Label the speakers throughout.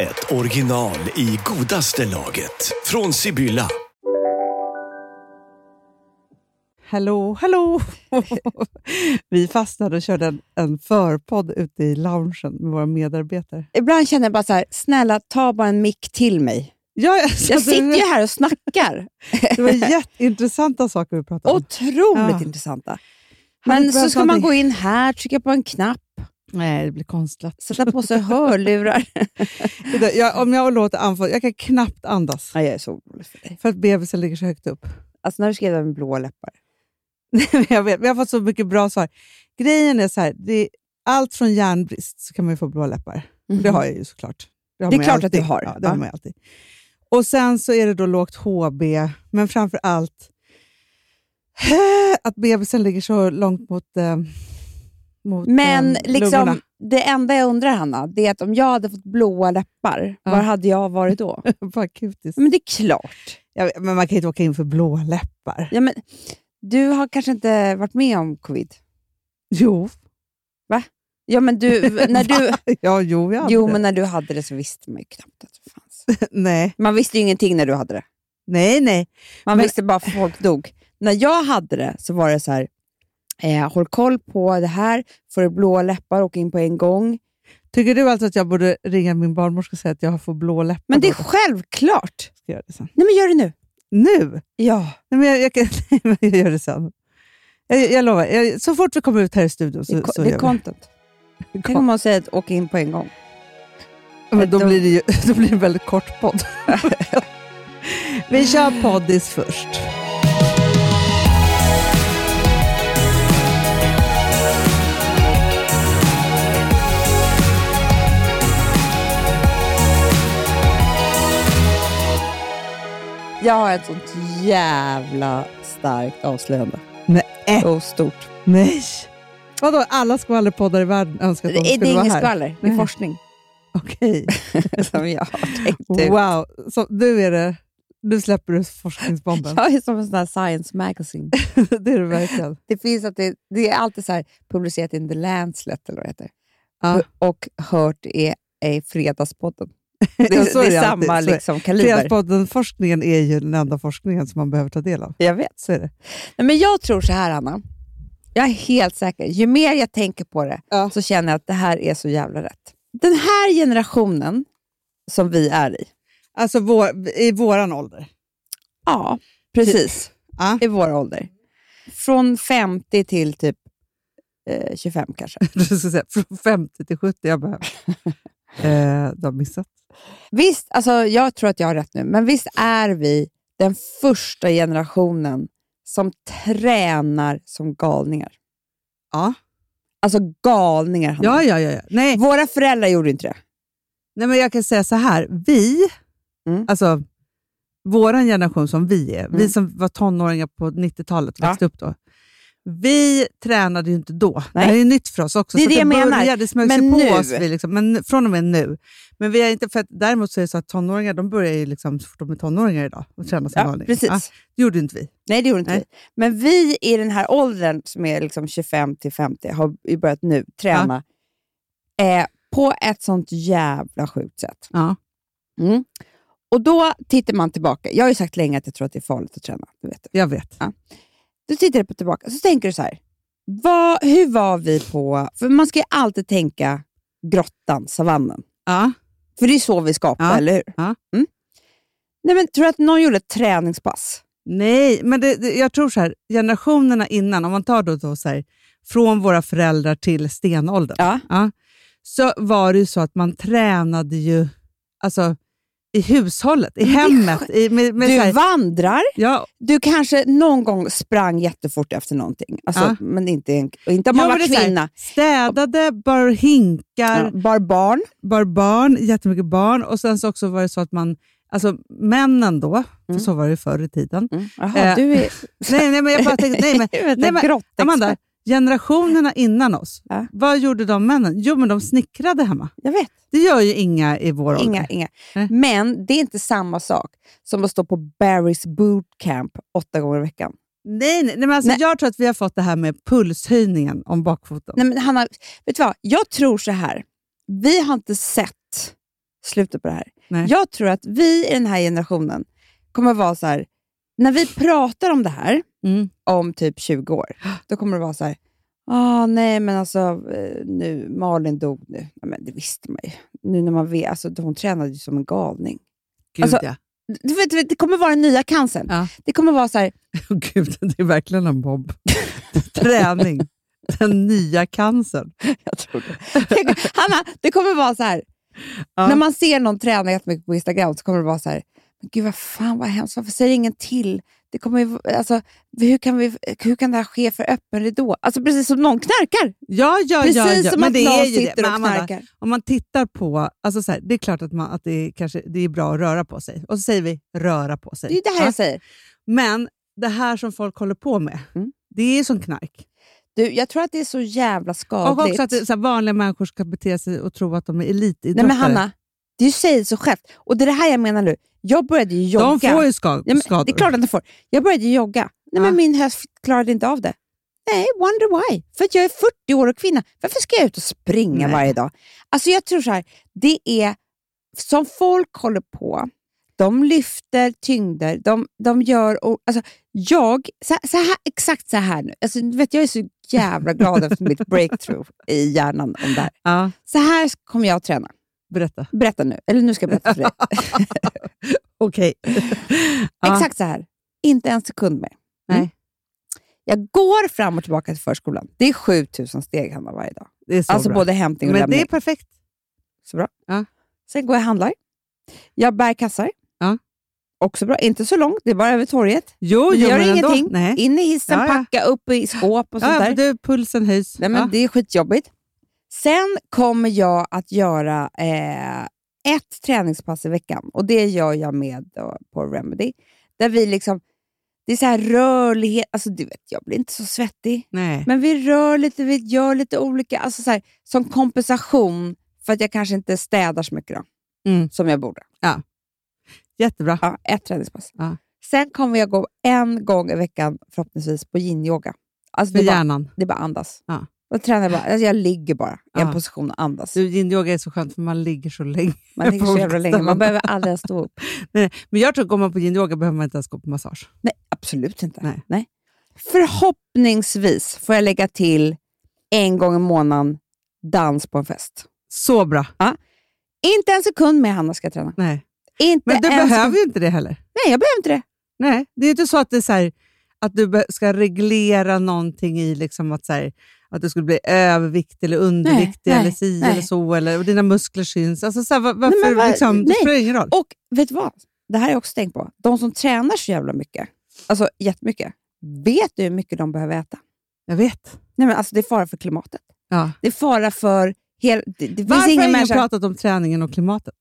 Speaker 1: ett original i godaste laget. Från Sibylla.
Speaker 2: Hallå, hallå! Vi fastnade och körde en, en förpodd ute i loungen med våra medarbetare.
Speaker 3: Ibland känner jag bara så här, snälla ta bara en mick till mig.
Speaker 2: Ja,
Speaker 3: Jag sitter ju här och snackar.
Speaker 2: Det var jätteintressanta saker vi pratade om. Ja.
Speaker 3: Otroligt intressanta.
Speaker 2: Hade
Speaker 3: Men
Speaker 2: du
Speaker 3: så
Speaker 2: behövt
Speaker 3: ska man
Speaker 2: någonting?
Speaker 3: gå in här, trycka på en knapp,
Speaker 2: Nej, det blir konstlat.
Speaker 3: sätta på sig hörlurar.
Speaker 2: Det där, Jag, om jag låter andfådd, jag kan knappt andas.
Speaker 3: Ja, jag är så orolig för dig.
Speaker 2: För att bebisen ligger så högt upp.
Speaker 3: Alltså när du skrev det med blå läppar.
Speaker 2: Men jag vet, vi har fått så mycket bra svar. Grejen är så här, det är allt från järnbrist så kan man ju få blå läppar. Det har jag ju såklart. har
Speaker 3: Mhm. Det är
Speaker 2: man ju
Speaker 3: klart att
Speaker 2: alltid.
Speaker 3: du har.
Speaker 2: Ja, det
Speaker 3: Ja.
Speaker 2: har man ju alltid. Och sen så är det då lågt HB, men framför allt eh, att bebisen ligger så långt mot, eh, mot
Speaker 3: Men
Speaker 2: eh, lungorna.
Speaker 3: liksom, det enda jag undrar Hanna, det är att om jag hade fått blåa läppar,
Speaker 2: Ja.
Speaker 3: var hade jag varit då?
Speaker 2: På akutis.
Speaker 3: Men det är klart.
Speaker 2: Jag vet, men man kan ju inte åka in för blå läppar.
Speaker 3: Ja, men, du har kanske inte varit med om covid?
Speaker 2: Jo.
Speaker 3: Ja, men du, när du,
Speaker 2: Ja, jo, jag hade
Speaker 3: jo,
Speaker 2: det.
Speaker 3: men när du hade det så visste man ju knappt att det fanns.
Speaker 2: Nej,
Speaker 3: Man visste ju ingenting när du hade det.
Speaker 2: nej, nej.
Speaker 3: Man
Speaker 2: Men-
Speaker 3: visste bara att folk dog. När jag hade det så var det så här, eh, håll koll på det här, får du blåa läppar, åk in på en gång.
Speaker 2: Tycker du alltså att jag borde ringa min barnmorska och säga att jag får blå läppar?
Speaker 3: Men det är
Speaker 2: då?
Speaker 3: självklart.
Speaker 2: Ska jag göra det sen.
Speaker 3: Nej, men gör det nu.
Speaker 2: Nu?
Speaker 3: Ja,
Speaker 2: Nej, men jag, jag, kan, nej, men jag gör det sen. Jag, jag lovar, jag, så fort vi kommer ut här i studion
Speaker 3: det är,
Speaker 2: så,
Speaker 3: ko-
Speaker 2: så
Speaker 3: det
Speaker 2: gör
Speaker 3: är
Speaker 2: vi
Speaker 3: content. Tänk om man säger att åk in på en gång.
Speaker 2: Men då,
Speaker 3: då-
Speaker 2: blir det ju, då blir det en väldigt kort podd. vi kör poddis först.
Speaker 3: Jag har ett sånt jävla starkt avslöjande.
Speaker 2: Nej.
Speaker 3: Och stort.
Speaker 2: Nej! Vadå, alla skvallerpoddar i världen önskar att de
Speaker 3: Det är, det
Speaker 2: skulle
Speaker 3: är
Speaker 2: vara
Speaker 3: inget
Speaker 2: här?
Speaker 3: skvaller, det är
Speaker 2: Nej.
Speaker 3: forskning
Speaker 2: Okej.
Speaker 3: som jag har tänkt ut.
Speaker 2: Wow, så nu, är det, nu släpper du forskningsbomben.
Speaker 3: Jag är som en sån här science magazine.
Speaker 2: Det är det verkligen.
Speaker 3: Det, finns att det, det är alltid så här publicerat in The Lancet eller vad det heter.
Speaker 2: Ja.
Speaker 3: Och hört är, är Fredagspodden. Det, är-
Speaker 2: så
Speaker 3: det
Speaker 2: är
Speaker 3: är
Speaker 2: det alltid.
Speaker 3: samma
Speaker 2: Så är-
Speaker 3: liksom, kaliber.
Speaker 2: Fredagspodden-forskningen är ju den enda forskningen som man behöver ta del av.
Speaker 3: Jag vet.
Speaker 2: Så är det.
Speaker 3: Nej, men jag tror så här, Anna. Jag är helt säker. Ju mer jag tänker på det
Speaker 2: Ja.
Speaker 3: så känner jag att det här är så jävla rätt. Den här generationen som vi är i.
Speaker 2: Alltså vår, i våran ålder. Typ.
Speaker 3: Ja, precis.
Speaker 2: Ja.
Speaker 3: I vår ålder. Från 50 till typ eh, 25 kanske.
Speaker 2: Du ska säga från 50 till 70. Jag bara, eh, du har missat.
Speaker 3: Visst, alltså jag tror att jag har rätt nu, men visst är vi den första generationen som tränar som galningar?
Speaker 2: Ja.
Speaker 3: Alltså galningar. Hanna.
Speaker 2: Ja, ja, ja. ja. Nej,
Speaker 3: Våra föräldrar gjorde inte det.
Speaker 2: nej, men jag kan säga så här. Vi,
Speaker 3: Mm.
Speaker 2: alltså vår generation som vi är, vi
Speaker 3: Mm.
Speaker 2: som var tonåringar på 90-talet och
Speaker 3: Ja.
Speaker 2: växte upp då. Vi tränade ju inte då. Det
Speaker 3: Nej.
Speaker 2: här är ju nytt för oss också.
Speaker 3: Det är
Speaker 2: så
Speaker 3: det jag menar.
Speaker 2: började, Det smög sig
Speaker 3: Men
Speaker 2: på
Speaker 3: nu.
Speaker 2: oss vi liksom, men från och med nu. Men vi är inte, för att, däremot så är det så att tonåringar de börjar ju liksom, så fort de är tonåringar idag och träna som
Speaker 3: Ja,
Speaker 2: galningar.
Speaker 3: precis.
Speaker 2: Ja, det gjorde inte vi.
Speaker 3: Nej, det gjorde inte
Speaker 2: Nej.
Speaker 3: vi. Men vi i den här åldern som är liksom 25 till 50 har ju börjat nu träna
Speaker 2: Ah.
Speaker 3: eh, på ett sånt jävla sjukt sätt.
Speaker 2: Ja.
Speaker 3: Mm. Och då tittar man tillbaka. Jag har ju sagt länge att jag tror att det är farligt att träna. Du vet det.
Speaker 2: Jag vet.
Speaker 3: Då tittar du på tillbaka så tänker du så här. Vad, hur var vi på... För man ska ju alltid tänka grottan, savannen.
Speaker 2: Ja.
Speaker 3: För det är så vi skapar,
Speaker 2: Ja,
Speaker 3: eller hur?
Speaker 2: ja.
Speaker 3: Mm. Nej, men, tror du att någon gjorde ett träningspass?
Speaker 2: Nej, men det, det, jag tror så här, generationerna innan, om man tar då, då så här, från våra föräldrar till stenåldern,
Speaker 3: Ja.
Speaker 2: så var det ju så att man tränade ju, alltså i hushållet, i hemmet. I, med, med så
Speaker 3: Du
Speaker 2: här,
Speaker 3: vandrar,
Speaker 2: ja,
Speaker 3: du kanske någon gång sprang jättefort efter någonting. Alltså,
Speaker 2: Ja.
Speaker 3: Men inte, en- och inte om man
Speaker 2: Ja, men det är
Speaker 3: var
Speaker 2: så här,
Speaker 3: kvinna.
Speaker 2: städade, bar hinkar,
Speaker 3: Ja. Bar barn.
Speaker 2: bar barn, jättemycket barn. Och sen så också var det så att man, alltså männen då, för
Speaker 3: Mm.
Speaker 2: så var det förr i tiden.
Speaker 3: Jaha,
Speaker 2: Eh,
Speaker 3: du är...
Speaker 2: Nej, nej, men jag bara tänkte, nej, men, nej, men
Speaker 3: grottexpert.
Speaker 2: Amanda, generationerna innan oss,
Speaker 3: Ja.
Speaker 2: vad gjorde de männen? Jo, men de snickrade hemma.
Speaker 3: Jag vet.
Speaker 2: Det gör ju inga i vår
Speaker 3: Inga,
Speaker 2: ålder.
Speaker 3: inga.
Speaker 2: Nej.
Speaker 3: Men det är inte samma sak som att stå på Barry's bootcamp åtta gånger i veckan.
Speaker 2: Nej, nej, nej, men alltså,
Speaker 3: Nej.
Speaker 2: Jag tror att vi har fått det här med pulshöjningen om bakfoten.
Speaker 3: Nej, men Hanna, vet du vad? Jag tror så här. Vi har inte sett slutet på det här.
Speaker 2: Nej.
Speaker 3: Jag tror att vi i den här generationen kommer vara så här. När vi pratar om det här
Speaker 2: Mm.
Speaker 3: om typ 20 år, då kommer det vara så här. Ah, nej, men alltså eh, nu, Malin dog nu. Ja, men det visste man ju. Nu när man vet, alltså, hon tränade ju som en galning.
Speaker 2: Gud,
Speaker 3: Alltså-
Speaker 2: ja.
Speaker 3: Du vet, du vet, det kommer vara den nya cancern.
Speaker 2: Ja.
Speaker 3: Det kommer vara så här,
Speaker 2: Åh, Gud, det är verkligen en bomb. Träning. Den nya cancern.
Speaker 3: Jag tror det. Tänk, Hanna, det kommer vara så här.
Speaker 2: Ja.
Speaker 3: När man ser någon träna jättemycket på Instagram så kommer det vara så här. Men gud vad fan vad hemskt, varför säger ingen till? Det kommer ju, alltså, hur, kan vi, hur kan det här ske för öppen ridå? Alltså precis som någon knarkar.
Speaker 2: Ja, ja,
Speaker 3: Precis
Speaker 2: ja, ja.
Speaker 3: som
Speaker 2: men
Speaker 3: att
Speaker 2: det
Speaker 3: någon
Speaker 2: är ju det.
Speaker 3: sitter
Speaker 2: Men
Speaker 3: och
Speaker 2: Amanda,
Speaker 3: knarkar.
Speaker 2: Om man tittar på, alltså så här, det är klart att, man, att det, är, kanske, det är bra att röra på sig. Och så säger vi röra på sig.
Speaker 3: Det är ju det här
Speaker 2: Ja.
Speaker 3: jag säger.
Speaker 2: Men det här som folk håller på med,
Speaker 3: Mm.
Speaker 2: det är som knark.
Speaker 3: Du, jag tror att det är så jävla skadligt.
Speaker 2: Och också att det, så här, vanliga människor ska bete sig och tro att de är
Speaker 3: Nej
Speaker 2: elitidrottare.
Speaker 3: men Hanna, det säger sig självt. Och det är det här jag menar nu. Jag började ju jogga.
Speaker 2: de får ju ska,
Speaker 3: Ja, men
Speaker 2: skador.
Speaker 3: Det är klart att de får. Jag började jogga. Nej,
Speaker 2: Ja.
Speaker 3: men min höft klarade inte av det. Nej, wonder why. För att jag är 40 år och kvinna. Varför ska jag ut och springa
Speaker 2: Nej.
Speaker 3: varje dag? Alltså jag tror så här, det är som folk håller på. De lyfter tyngder, de, de gör... Och, alltså, jag, så, så här, exakt så här nu. Alltså, du vet, jag är så jävla glad efter mitt breakthrough i hjärnan om det här.
Speaker 2: Ja,
Speaker 3: Så här kommer jag att träna.
Speaker 2: berätta.
Speaker 3: Berätta nu. Eller nu ska jag berätta för dig.
Speaker 2: Okej. Ja.
Speaker 3: Exakt så här. Inte en sekund mer. Mm.
Speaker 2: Nej.
Speaker 3: Jag går fram och tillbaka till förskolan. Det är 7000 steg Hanna varje dag.
Speaker 2: Det är så
Speaker 3: alltså
Speaker 2: bra.
Speaker 3: både hämtning och
Speaker 2: men
Speaker 3: lämning.
Speaker 2: det är perfekt.
Speaker 3: Så bra.
Speaker 2: Ja.
Speaker 3: Sen går jag och handlar. Jag bär kassar.
Speaker 2: Ja.
Speaker 3: Också bra. Inte så långt, det är bara över torget.
Speaker 2: Jo,
Speaker 3: Det
Speaker 2: jo
Speaker 3: gör
Speaker 2: men ändå.
Speaker 3: ingenting.
Speaker 2: Nej.
Speaker 3: In i hissen,
Speaker 2: Ja, ja.
Speaker 3: packa upp i skåp och sånt
Speaker 2: Ja,
Speaker 3: där.
Speaker 2: men du, pulsen höjs.
Speaker 3: Nej, men
Speaker 2: ja.
Speaker 3: Det är skitjobbigt. Sen kommer jag att göra eh, ett träningspass i veckan och det gör jag med då, på Remedy. Där vi liksom, det är så här rörlighet, alltså du vet jag blir inte så svettig.
Speaker 2: Nej.
Speaker 3: Men vi rör lite, vi gör lite olika, alltså så här, som kompensation för att jag kanske inte städar så mycket då,
Speaker 2: Mm.
Speaker 3: som jag borde.
Speaker 2: Jättebra.
Speaker 3: Ja, ett träningspass.
Speaker 2: Ja.
Speaker 3: Sen kommer jag gå en gång i veckan förhoppningsvis på yin-yoga. Alltså,
Speaker 2: För
Speaker 3: det, är bara,
Speaker 2: hjärnan.
Speaker 3: det är bara andas.
Speaker 2: Ja.
Speaker 3: Då tränar jag bara, alltså jag ligger bara i en
Speaker 2: Ja.
Speaker 3: position och andas.
Speaker 2: Du, yin-yoga är så skönt för man ligger så länge.
Speaker 3: Man ligger så jävla länge, man behöver aldrig ens stå upp.
Speaker 2: Nej, men jag tror att går man på yin-yoga behöver man inte ens gå på massage.
Speaker 3: Nej, absolut inte.
Speaker 2: Nej.
Speaker 3: Förhoppningsvis får jag lägga till en gång i månaden dans på en fest.
Speaker 2: Så bra.
Speaker 3: Inte en sekund mer Hanna ska jag träna.
Speaker 2: Nej.
Speaker 3: Inte
Speaker 2: Men du
Speaker 3: en
Speaker 2: behöver
Speaker 3: sekund.
Speaker 2: ju inte det heller.
Speaker 3: Nej, jag behöver inte det.
Speaker 2: Nej, det är inte så att, det är så här, att du be- ska reglera någonting i liksom att, så här, att du skulle bli överviktig eller underviktig
Speaker 3: nej,
Speaker 2: eller si
Speaker 3: nej.
Speaker 2: eller så, eller, och dina muskler syns. Alltså, så här, va- varför,
Speaker 3: men vad-
Speaker 2: liksom, det
Speaker 3: nej.
Speaker 2: spelar ingen roll.
Speaker 3: Och vet du vad? Det här har jag också tänkt på. De som tränar så jävla mycket, alltså jättemycket, vet du hur mycket de behöver äta?
Speaker 2: Jag vet.
Speaker 3: Nej, men alltså, det är fara för klimatet.
Speaker 2: Ja.
Speaker 3: Det är fara för... Hel... Det, det finns
Speaker 2: Varför har
Speaker 3: ingen
Speaker 2: ingen
Speaker 3: människa...
Speaker 2: pratat om träningen och klimatet?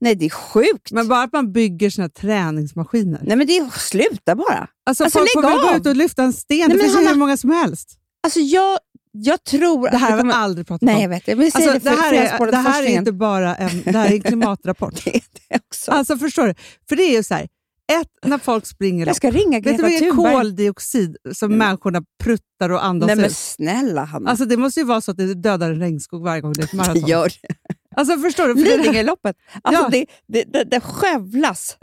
Speaker 3: Nej, det är sjukt.
Speaker 2: Men bara att man bygger sina träningsmaskiner.
Speaker 3: Nej, men det är... Sluta bara.
Speaker 2: Alltså,
Speaker 3: Alltså,
Speaker 2: folk får
Speaker 3: lägg
Speaker 2: väl
Speaker 3: av!
Speaker 2: gå ut och lyfta en sten.
Speaker 3: men
Speaker 2: det finns ju
Speaker 3: Hanna-
Speaker 2: hur många som helst.
Speaker 3: Alltså, jag, jag tror
Speaker 2: Det här har
Speaker 3: att...
Speaker 2: vi
Speaker 3: kommer-
Speaker 2: aldrig pratat
Speaker 3: Nej, jag
Speaker 2: om.
Speaker 3: vet. Men jag säger
Speaker 2: Alltså, det,
Speaker 3: det för
Speaker 2: här är, det här är
Speaker 3: forskningen.
Speaker 2: inte bara en, det här är en klimatrapport.
Speaker 3: Det är det också.
Speaker 2: Alltså förstår du? För det är ju så här, ett, när folk springer
Speaker 3: jag ska ringa
Speaker 2: Vet
Speaker 3: Greta
Speaker 2: du hur mycket
Speaker 3: Thunberg. Mm.
Speaker 2: koldioxid som människorna pruttar och andas
Speaker 3: Nej, men
Speaker 2: ut?
Speaker 3: snälla Hanna.
Speaker 2: Alltså, det måste ju vara så att det dödar en regnskog varje gång det är ett
Speaker 3: det
Speaker 2: maraton.
Speaker 3: gör
Speaker 2: Alltså, förstår du? För det, här,
Speaker 3: Lidingöloppet. Alltså,
Speaker 2: Ja.
Speaker 3: det, det, det, det skövlas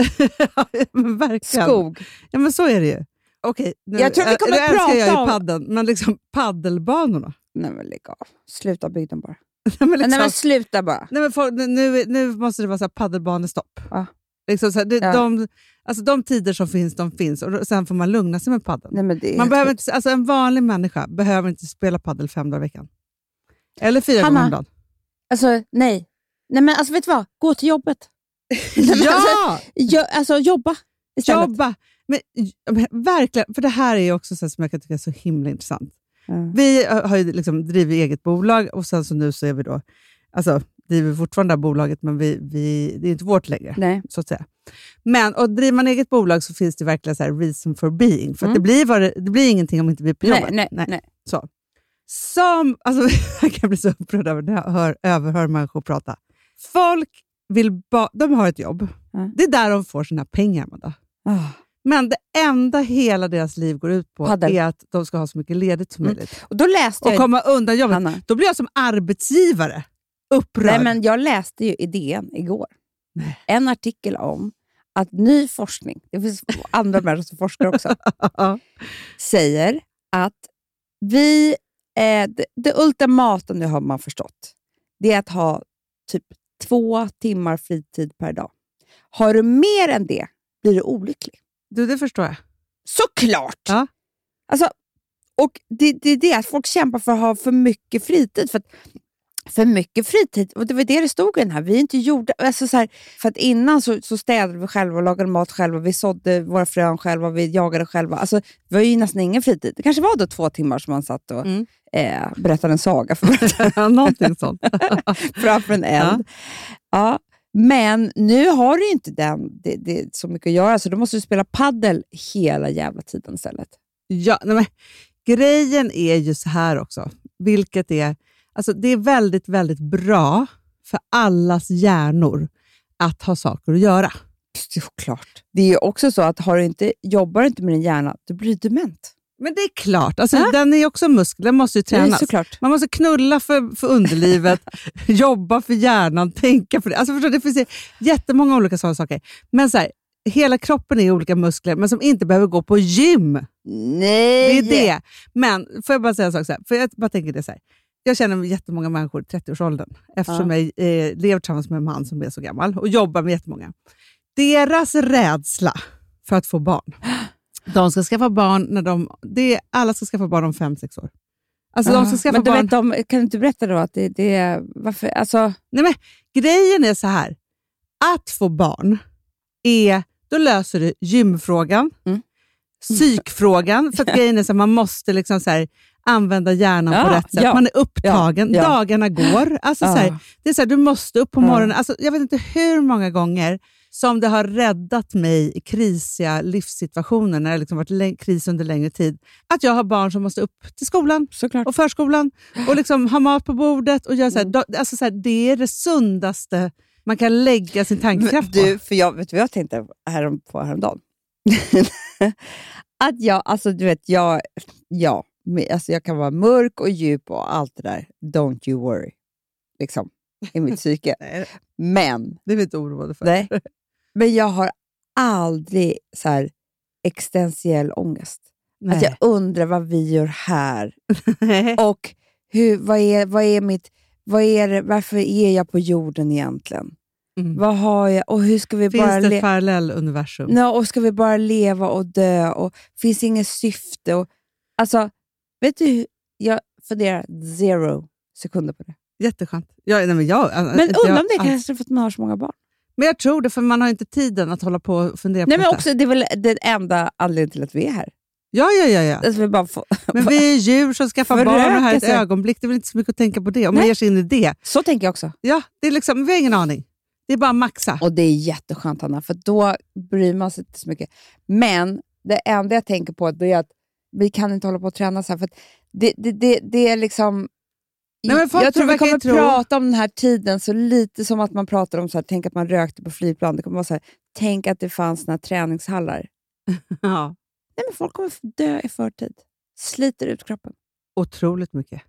Speaker 2: men verkligen.
Speaker 3: skog.
Speaker 2: Ja, men så är det ju. Okej, nu,
Speaker 3: Jag tror vi
Speaker 2: äh,
Speaker 3: kommer
Speaker 2: nu älskar jag
Speaker 3: prata
Speaker 2: ju
Speaker 3: om-
Speaker 2: paddeln, men liksom paddelbanorna.
Speaker 3: Nej men lägg av. Sluta bygg den bara.
Speaker 2: Nej, men liksom,
Speaker 3: Nej men sluta bara.
Speaker 2: nej, men folk, nu- nu, nu måste det vara så här paddelbanestopp.
Speaker 3: Ja.
Speaker 2: Liksom så här, det,
Speaker 3: Ja.
Speaker 2: de, alltså, de tider som finns, de finns. Och då- sen får man lugna sig med paddeln.
Speaker 3: Nej, men det är
Speaker 2: Man
Speaker 3: helt
Speaker 2: behöver
Speaker 3: sjukt.
Speaker 2: inte, alltså en vanlig människa behöver inte spela paddel fem dagar i veckan. Eller fyra
Speaker 3: Hanna.
Speaker 2: gånger om dagen.
Speaker 3: Alltså nej. Nej men alltså vet du vad? Gå till jobbet.
Speaker 2: Ja!
Speaker 3: Jo, alltså jobba istället.
Speaker 2: Jobba! Men, men verkligen, för det här är ju också så här som jag kan tycka är så himla intressant.
Speaker 3: Ja.
Speaker 2: Vi har ju liksom drivit eget bolag och sen så nu så är vi då, alltså driver fortfarande det här bolaget, men vi, vi, det är inte vårt längre.
Speaker 3: Nej.
Speaker 2: Så att säga. Men och driver man eget bolag så finns det verkligen så här reason for being. För att
Speaker 3: Mm.
Speaker 2: det, blir vad det, det blir ingenting om inte vi är på
Speaker 3: Nej,
Speaker 2: jobbet.
Speaker 3: nej,
Speaker 2: Nej.
Speaker 3: nej.
Speaker 2: Så. Som, alltså, jag kan bli så upprörd över när jag hör, överhör människor prata. Folk vill ba, de har ett jobb.
Speaker 3: Ja.
Speaker 2: Det är där de får sina pengar, Amanda.
Speaker 3: Ah.
Speaker 2: Men det enda hela deras liv går ut på
Speaker 3: Paddel.
Speaker 2: är att de ska ha så mycket ledigt som
Speaker 3: Mm.
Speaker 2: möjligt.
Speaker 3: Och då läste
Speaker 2: Och
Speaker 3: jag...
Speaker 2: komma undan jobbet.
Speaker 3: Hanna.
Speaker 2: Då blir jag som arbetsgivare upprörd.
Speaker 3: Nej, men jag läste ju i DN igår en artikel om att ny forskning, det finns andra människor som forskar också,
Speaker 2: Ja.
Speaker 3: säger att vi, eh, det, det ultimata nu har man förstått, det är att ha typ två timmar fritid per dag. Har du mer än det blir du olycklig.
Speaker 2: Du, det förstår jag.
Speaker 3: Såklart!
Speaker 2: Ja.
Speaker 3: Alltså, och det, det är det, att folk kämpar för att ha för mycket fritid. För, att, för mycket fritid, och det var det det stod i den här. Vi är inte gjorda... Alltså så här, för att innan så, så städade vi själva, och lagade mat själva, vi sådde våra frön själva, vi jagade själva. Alltså, det var ju nästan ingen fritid. Det kanske var då två timmar som man satt och
Speaker 2: Mm.
Speaker 3: eh, berättade en saga för varandra
Speaker 2: Någonting sånt.
Speaker 3: framför en eld. Ja. Men nu har du ju inte den, det, det, så mycket att göra, så då måste du spela paddel hela jävla tiden istället.
Speaker 2: Ja, nej men, grejen är ju så här också, vilket är, alltså det är väldigt, väldigt bra för allas hjärnor att ha saker att göra.
Speaker 3: Såklart. Det är ju också så att har du inte, jobbar du inte med din hjärna, då blir du dement.
Speaker 2: Men det är klart, alltså, den är ju också en muskel, den måste ju
Speaker 3: Det är ju
Speaker 2: tränas.
Speaker 3: såklart.
Speaker 2: Man måste knulla för, för underlivet, jobba för hjärnan, tänka för det. Alltså, förstår, du, det finns ju jättemånga olika sådana saker. Men så här, hela kroppen är olika muskler, men som inte behöver gå på gym. Det
Speaker 3: Nej!
Speaker 2: är det. Men får jag bara säga en sak? Så här? För jag bara tänker det så här. Jag känner jättemånga människor i 30-årsåldern eftersom jag eh, lever tillsammans med en man som är så gammal och jobbar med jättemånga. Deras rädsla för att få barn. De ska skaffa barn när de... Det är, alla ska skaffa barn om 5-6 år. Alltså de ska skaffa
Speaker 3: Ah. men du
Speaker 2: barn...
Speaker 3: vet, de, kan du inte berätta då att det, det är... Varför, alltså,
Speaker 2: Nej, men, grejen är så här. Att få barn, är, då löser du gymfrågan,
Speaker 3: Mm.
Speaker 2: psykfrågan. För att grejen är så här, man måste liksom så här, använda hjärnan på
Speaker 3: Ja,
Speaker 2: rätt sätt.
Speaker 3: ja,
Speaker 2: man är upptagen,
Speaker 3: ja, ja.
Speaker 2: dagarna går. Alltså, så här,
Speaker 3: Ja.
Speaker 2: det är så här, du måste upp på
Speaker 3: Ja.
Speaker 2: morgonen. Alltså, jag vet inte hur många gånger som det har räddat mig i krisiga livssituationer, när det liksom varit lä- kris under längre tid, att jag har barn som måste upp till skolan
Speaker 3: såklart.
Speaker 2: och förskolan och liksom ha mat på bordet. Och göra
Speaker 3: Mm.
Speaker 2: så här, da- alltså så här, det är det sundaste man kan lägga sin
Speaker 3: Men
Speaker 2: tankekraft
Speaker 3: du,
Speaker 2: på.
Speaker 3: för jag, vet du vad jag tänkte härom, på häromdagen? att jag, alltså du vet, jag, ja, men, alltså, jag kan vara mörk och djup och allt det där. Don't you worry, liksom, i mitt psyke. Men,
Speaker 2: Det är vi inte oroade för.
Speaker 3: nej, men jag har aldrig så här existentiell ångest.
Speaker 2: Nej.
Speaker 3: Att jag undrar vad vi gör här och hur, vad är, vad är mitt, vad är det, varför är jag på jorden egentligen?
Speaker 2: Mm.
Speaker 3: Vad har jag och hur ska vi
Speaker 2: Finns
Speaker 3: bara
Speaker 2: det
Speaker 3: le-
Speaker 2: ett parallelluniversum?
Speaker 3: Nå, och ska vi bara leva och dö och finns inget syfte? Och, alltså, vet du, hur- jag funderar zero sekunder på det.
Speaker 2: Jätteskönt. Jag, nej, men jag, alltså,
Speaker 3: Men undrar om det
Speaker 2: jag,
Speaker 3: kanske är för att man har så många barn.
Speaker 2: Men jag tror det, för man har inte tiden att hålla på och fundera
Speaker 3: Nej,
Speaker 2: på
Speaker 3: men
Speaker 2: detta.
Speaker 3: också, det är väl den enda anledningen till att vi är här.
Speaker 2: Ja, ja, ja, ja.
Speaker 3: Alltså, vi bara får,
Speaker 2: Men vi är djur som skaffar
Speaker 3: Föröka
Speaker 2: barn och här är ett
Speaker 3: sig.
Speaker 2: ögonblick. Det är väl inte så mycket att tänka på det, om man
Speaker 3: Nej.
Speaker 2: ger sig in i det.
Speaker 3: så tänker jag också.
Speaker 2: Ja, det är liksom, vi har ingen aning. Det är bara att maxa.
Speaker 3: Och det är jätteskönt, Hanna, för då bryr man sig inte så mycket. Men det enda jag tänker på det är att vi kan inte hålla på och träna så här, för att det, det, det, det är liksom...
Speaker 2: Nej, men folk
Speaker 3: jag tror vi
Speaker 2: verkar ju
Speaker 3: kommer
Speaker 2: tro-
Speaker 3: prata om den här tiden så lite som att man pratar om så här, tänk att man rökte på flygplan. Det kommer vara så här, tänk att det fanns såna här träningshallar.
Speaker 2: Ja.
Speaker 3: Nej, men folk kommer få dö i förtid. Sliter ut kroppen.
Speaker 2: Otroligt mycket.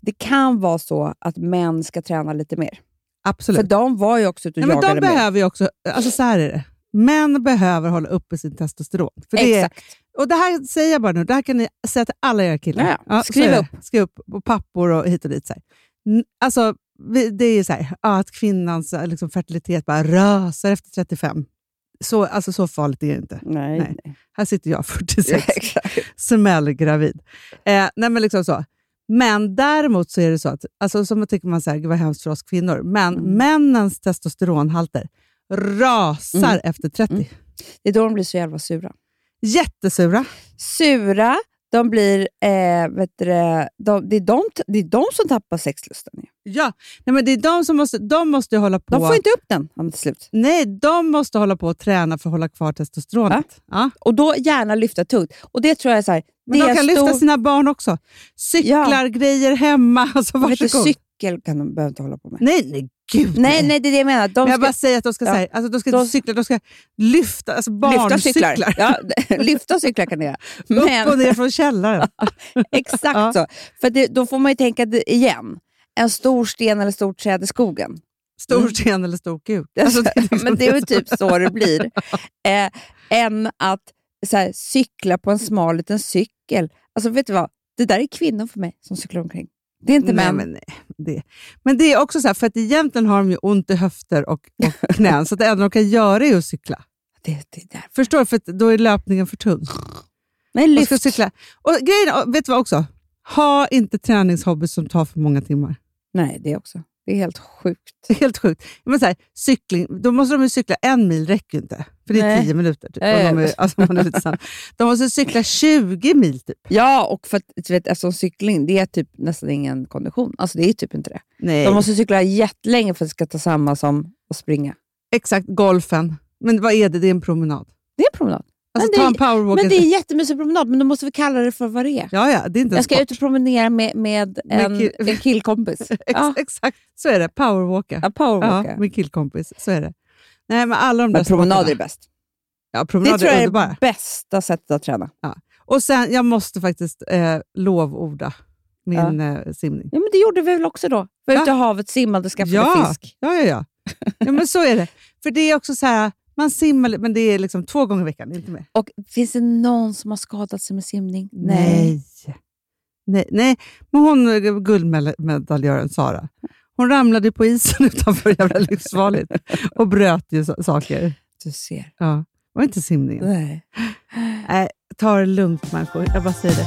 Speaker 3: Det kan vara så att män ska träna lite mer.
Speaker 2: Absolut.
Speaker 3: För de var ju också ute och
Speaker 2: Nej, men
Speaker 3: jagade
Speaker 2: de
Speaker 3: mer.
Speaker 2: behöver ju också, alltså så här är det. Män behöver hålla uppe sin testosteron. För det är,
Speaker 3: Exakt.
Speaker 2: och det här säger jag bara nu, det här kan ni säga till alla era killar.
Speaker 3: Ja, ja.
Speaker 2: så
Speaker 3: Skriv
Speaker 2: är det. Skriv upp, och pappor och hit och dit. Så här. N- Alltså, vi, det är ju så här, ja, att kvinnans eh, liksom, fertilitet bara rasar efter 35. Så, alltså, så farligt är det inte.
Speaker 3: Nej,
Speaker 2: Nej.
Speaker 3: nej.
Speaker 2: Här sitter jag 46,
Speaker 3: Exakt.
Speaker 2: smällgravid. Eh, nej, men liksom så. Men däremot så är det
Speaker 3: Mm.
Speaker 2: så att, alltså, som man tycker man säger, vad hemskt för oss kvinnor, men männens testosteronhalter rasar
Speaker 3: Mm.
Speaker 2: efter 30.
Speaker 3: Mm. Det är då de blir så jävla sura.
Speaker 2: Jättesura.
Speaker 3: Sura, de blir... Eh, vet du, det, de, det, är de, det är de som tappar sexlusten. ju.
Speaker 2: Ja. Nej, men det är de som måste, de måste ju hålla på...
Speaker 3: De får inte upp den Anna, till slut.
Speaker 2: Nej, de måste hålla på och träna för att hålla kvar testosteronet. Ja.
Speaker 3: Och då gärna lyfta tungt. Och det tror jag är så här,
Speaker 2: Men
Speaker 3: det
Speaker 2: de
Speaker 3: är
Speaker 2: kan
Speaker 3: stor-
Speaker 2: lyfta sina barn också. Cyklar, grejer hemma. Alltså,
Speaker 3: Vet du,
Speaker 2: varsågod.
Speaker 3: cykel kan de behöver inte hålla på med.
Speaker 2: nej, nej, gud.
Speaker 3: Nej, nej, det är det jag menar. De
Speaker 2: Men jag
Speaker 3: ska
Speaker 2: bara säger att de ska,
Speaker 3: Ja.
Speaker 2: säga, alltså, de ska
Speaker 3: De-
Speaker 2: inte cykla, de ska lyfta, alltså
Speaker 3: lyfta cyklar.
Speaker 2: barncyklar.
Speaker 3: Ja, lyfta cyklar kan de göra.
Speaker 2: Upp och
Speaker 3: Men
Speaker 2: ner från källaren.
Speaker 3: exakt
Speaker 2: Ja.
Speaker 3: så. För det, då får man ju tänka det igen. En stor sten eller stort träd i skogen.
Speaker 2: Stor sten eller stor kuk.
Speaker 3: Alltså,
Speaker 2: det är liksom
Speaker 3: men det är väl typ så det blir. Eh, än att så här, cykla på en smal liten cykel. Alltså vet du vad? Det där är kvinnor för mig som cyklar omkring. Det är inte
Speaker 2: nej,
Speaker 3: män.
Speaker 2: men, nej. Det. men det är också så här, för att egentligen har de ju ont i höfter och, och knän, så att det enda de kan göra är att cykla.
Speaker 3: Det, det är där.
Speaker 2: Förstår du? För att då är löpningen för tung.
Speaker 3: Nej,
Speaker 2: De
Speaker 3: lyft.
Speaker 2: ska cykla. Och grejen, och vet du vad också? Ha inte träningshobby som tar för många timmar.
Speaker 3: Nej, det också. Det är helt sjukt.
Speaker 2: Det är helt sjukt. Men så här, cykling, då måste de ju cykla en mil, räcker ju inte. För det är
Speaker 3: Nej.
Speaker 2: tio minuter. Typ. Och
Speaker 3: Nej, jag
Speaker 2: de, är,
Speaker 3: vet.
Speaker 2: alltså, man är lite sann. de måste cykla 20 mil typ.
Speaker 3: Ja, och för att du vet, alltså, cykling det är typ nästan ingen kondition. Alltså det är typ inte det.
Speaker 2: Nej.
Speaker 3: De måste cykla jättelänge för att det ska ta samma som att springa.
Speaker 2: Exakt, golfen. Men vad är det? Det är en promenad.
Speaker 3: Det är promenad.
Speaker 2: Alltså,
Speaker 3: Men det
Speaker 2: ta
Speaker 3: är-
Speaker 2: en powerwalk.
Speaker 3: Men det är en jättemysig promenad, men då måste vi kalla det för vad det är.
Speaker 2: Ja, ja, det är inte en
Speaker 3: Jag ska
Speaker 2: sport.
Speaker 3: ut och promenera med, med,
Speaker 2: Med
Speaker 3: en,
Speaker 2: kill-
Speaker 3: en killkompis.
Speaker 2: Ex-
Speaker 3: Ja.
Speaker 2: Exakt, så är det. Powerwalka.
Speaker 3: Ja, powerwalka.
Speaker 2: Ja, min killkompis. Så är det. Nej, men alla de där
Speaker 3: men promenader är
Speaker 2: sporterna.
Speaker 3: bäst.
Speaker 2: Ja,
Speaker 3: Det
Speaker 2: promenader
Speaker 3: tror
Speaker 2: är
Speaker 3: jag är
Speaker 2: underbara.
Speaker 3: det bästa sättet att träna.
Speaker 2: Och sen, jag måste faktiskt eh, lovorda min eh, simning.
Speaker 3: Ja, men det gjorde vi väl också då? Vi var ute i havet, simmade och skaffade
Speaker 2: Ja.
Speaker 3: fisk.
Speaker 2: Ja, ja, ja. ja men så är det. För det är också så här, man simmar, li- men det är liksom två gånger i veckan, inte mer.
Speaker 3: Och finns det någon som har skadat sig med simning?
Speaker 2: Nej. Nej, nej. men hon eh, guldmedaljören Sara, hon ramlade ju på isen utanför jävla livsfarligt och bröt ju sa- saker.
Speaker 3: Du ser.
Speaker 2: Ja. Det var inte simningen.
Speaker 3: Nej.
Speaker 2: Nej, ta det lugnt människor. Jag bara säger det.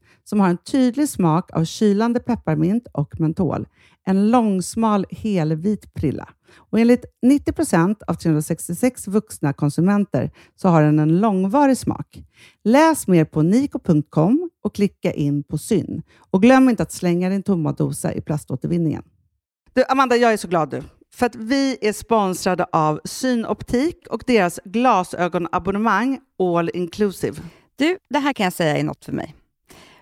Speaker 2: som har en tydlig smak av kylande pepparmint och mentol. En långsmal helvit prilla. Och enligt 90 procent av 366 vuxna konsumenter så har den en långvarig smak. Läs mer på niko.com och klicka in på Syn. Och glöm inte att slänga din tomma dosa i plaståtervinningen. Du, Amanda, jag är så glad du. För att vi är sponsrade av Synoptik och deras glasögonabonnemang All Inclusive.
Speaker 3: Du, det här kan jag säga är något för mig.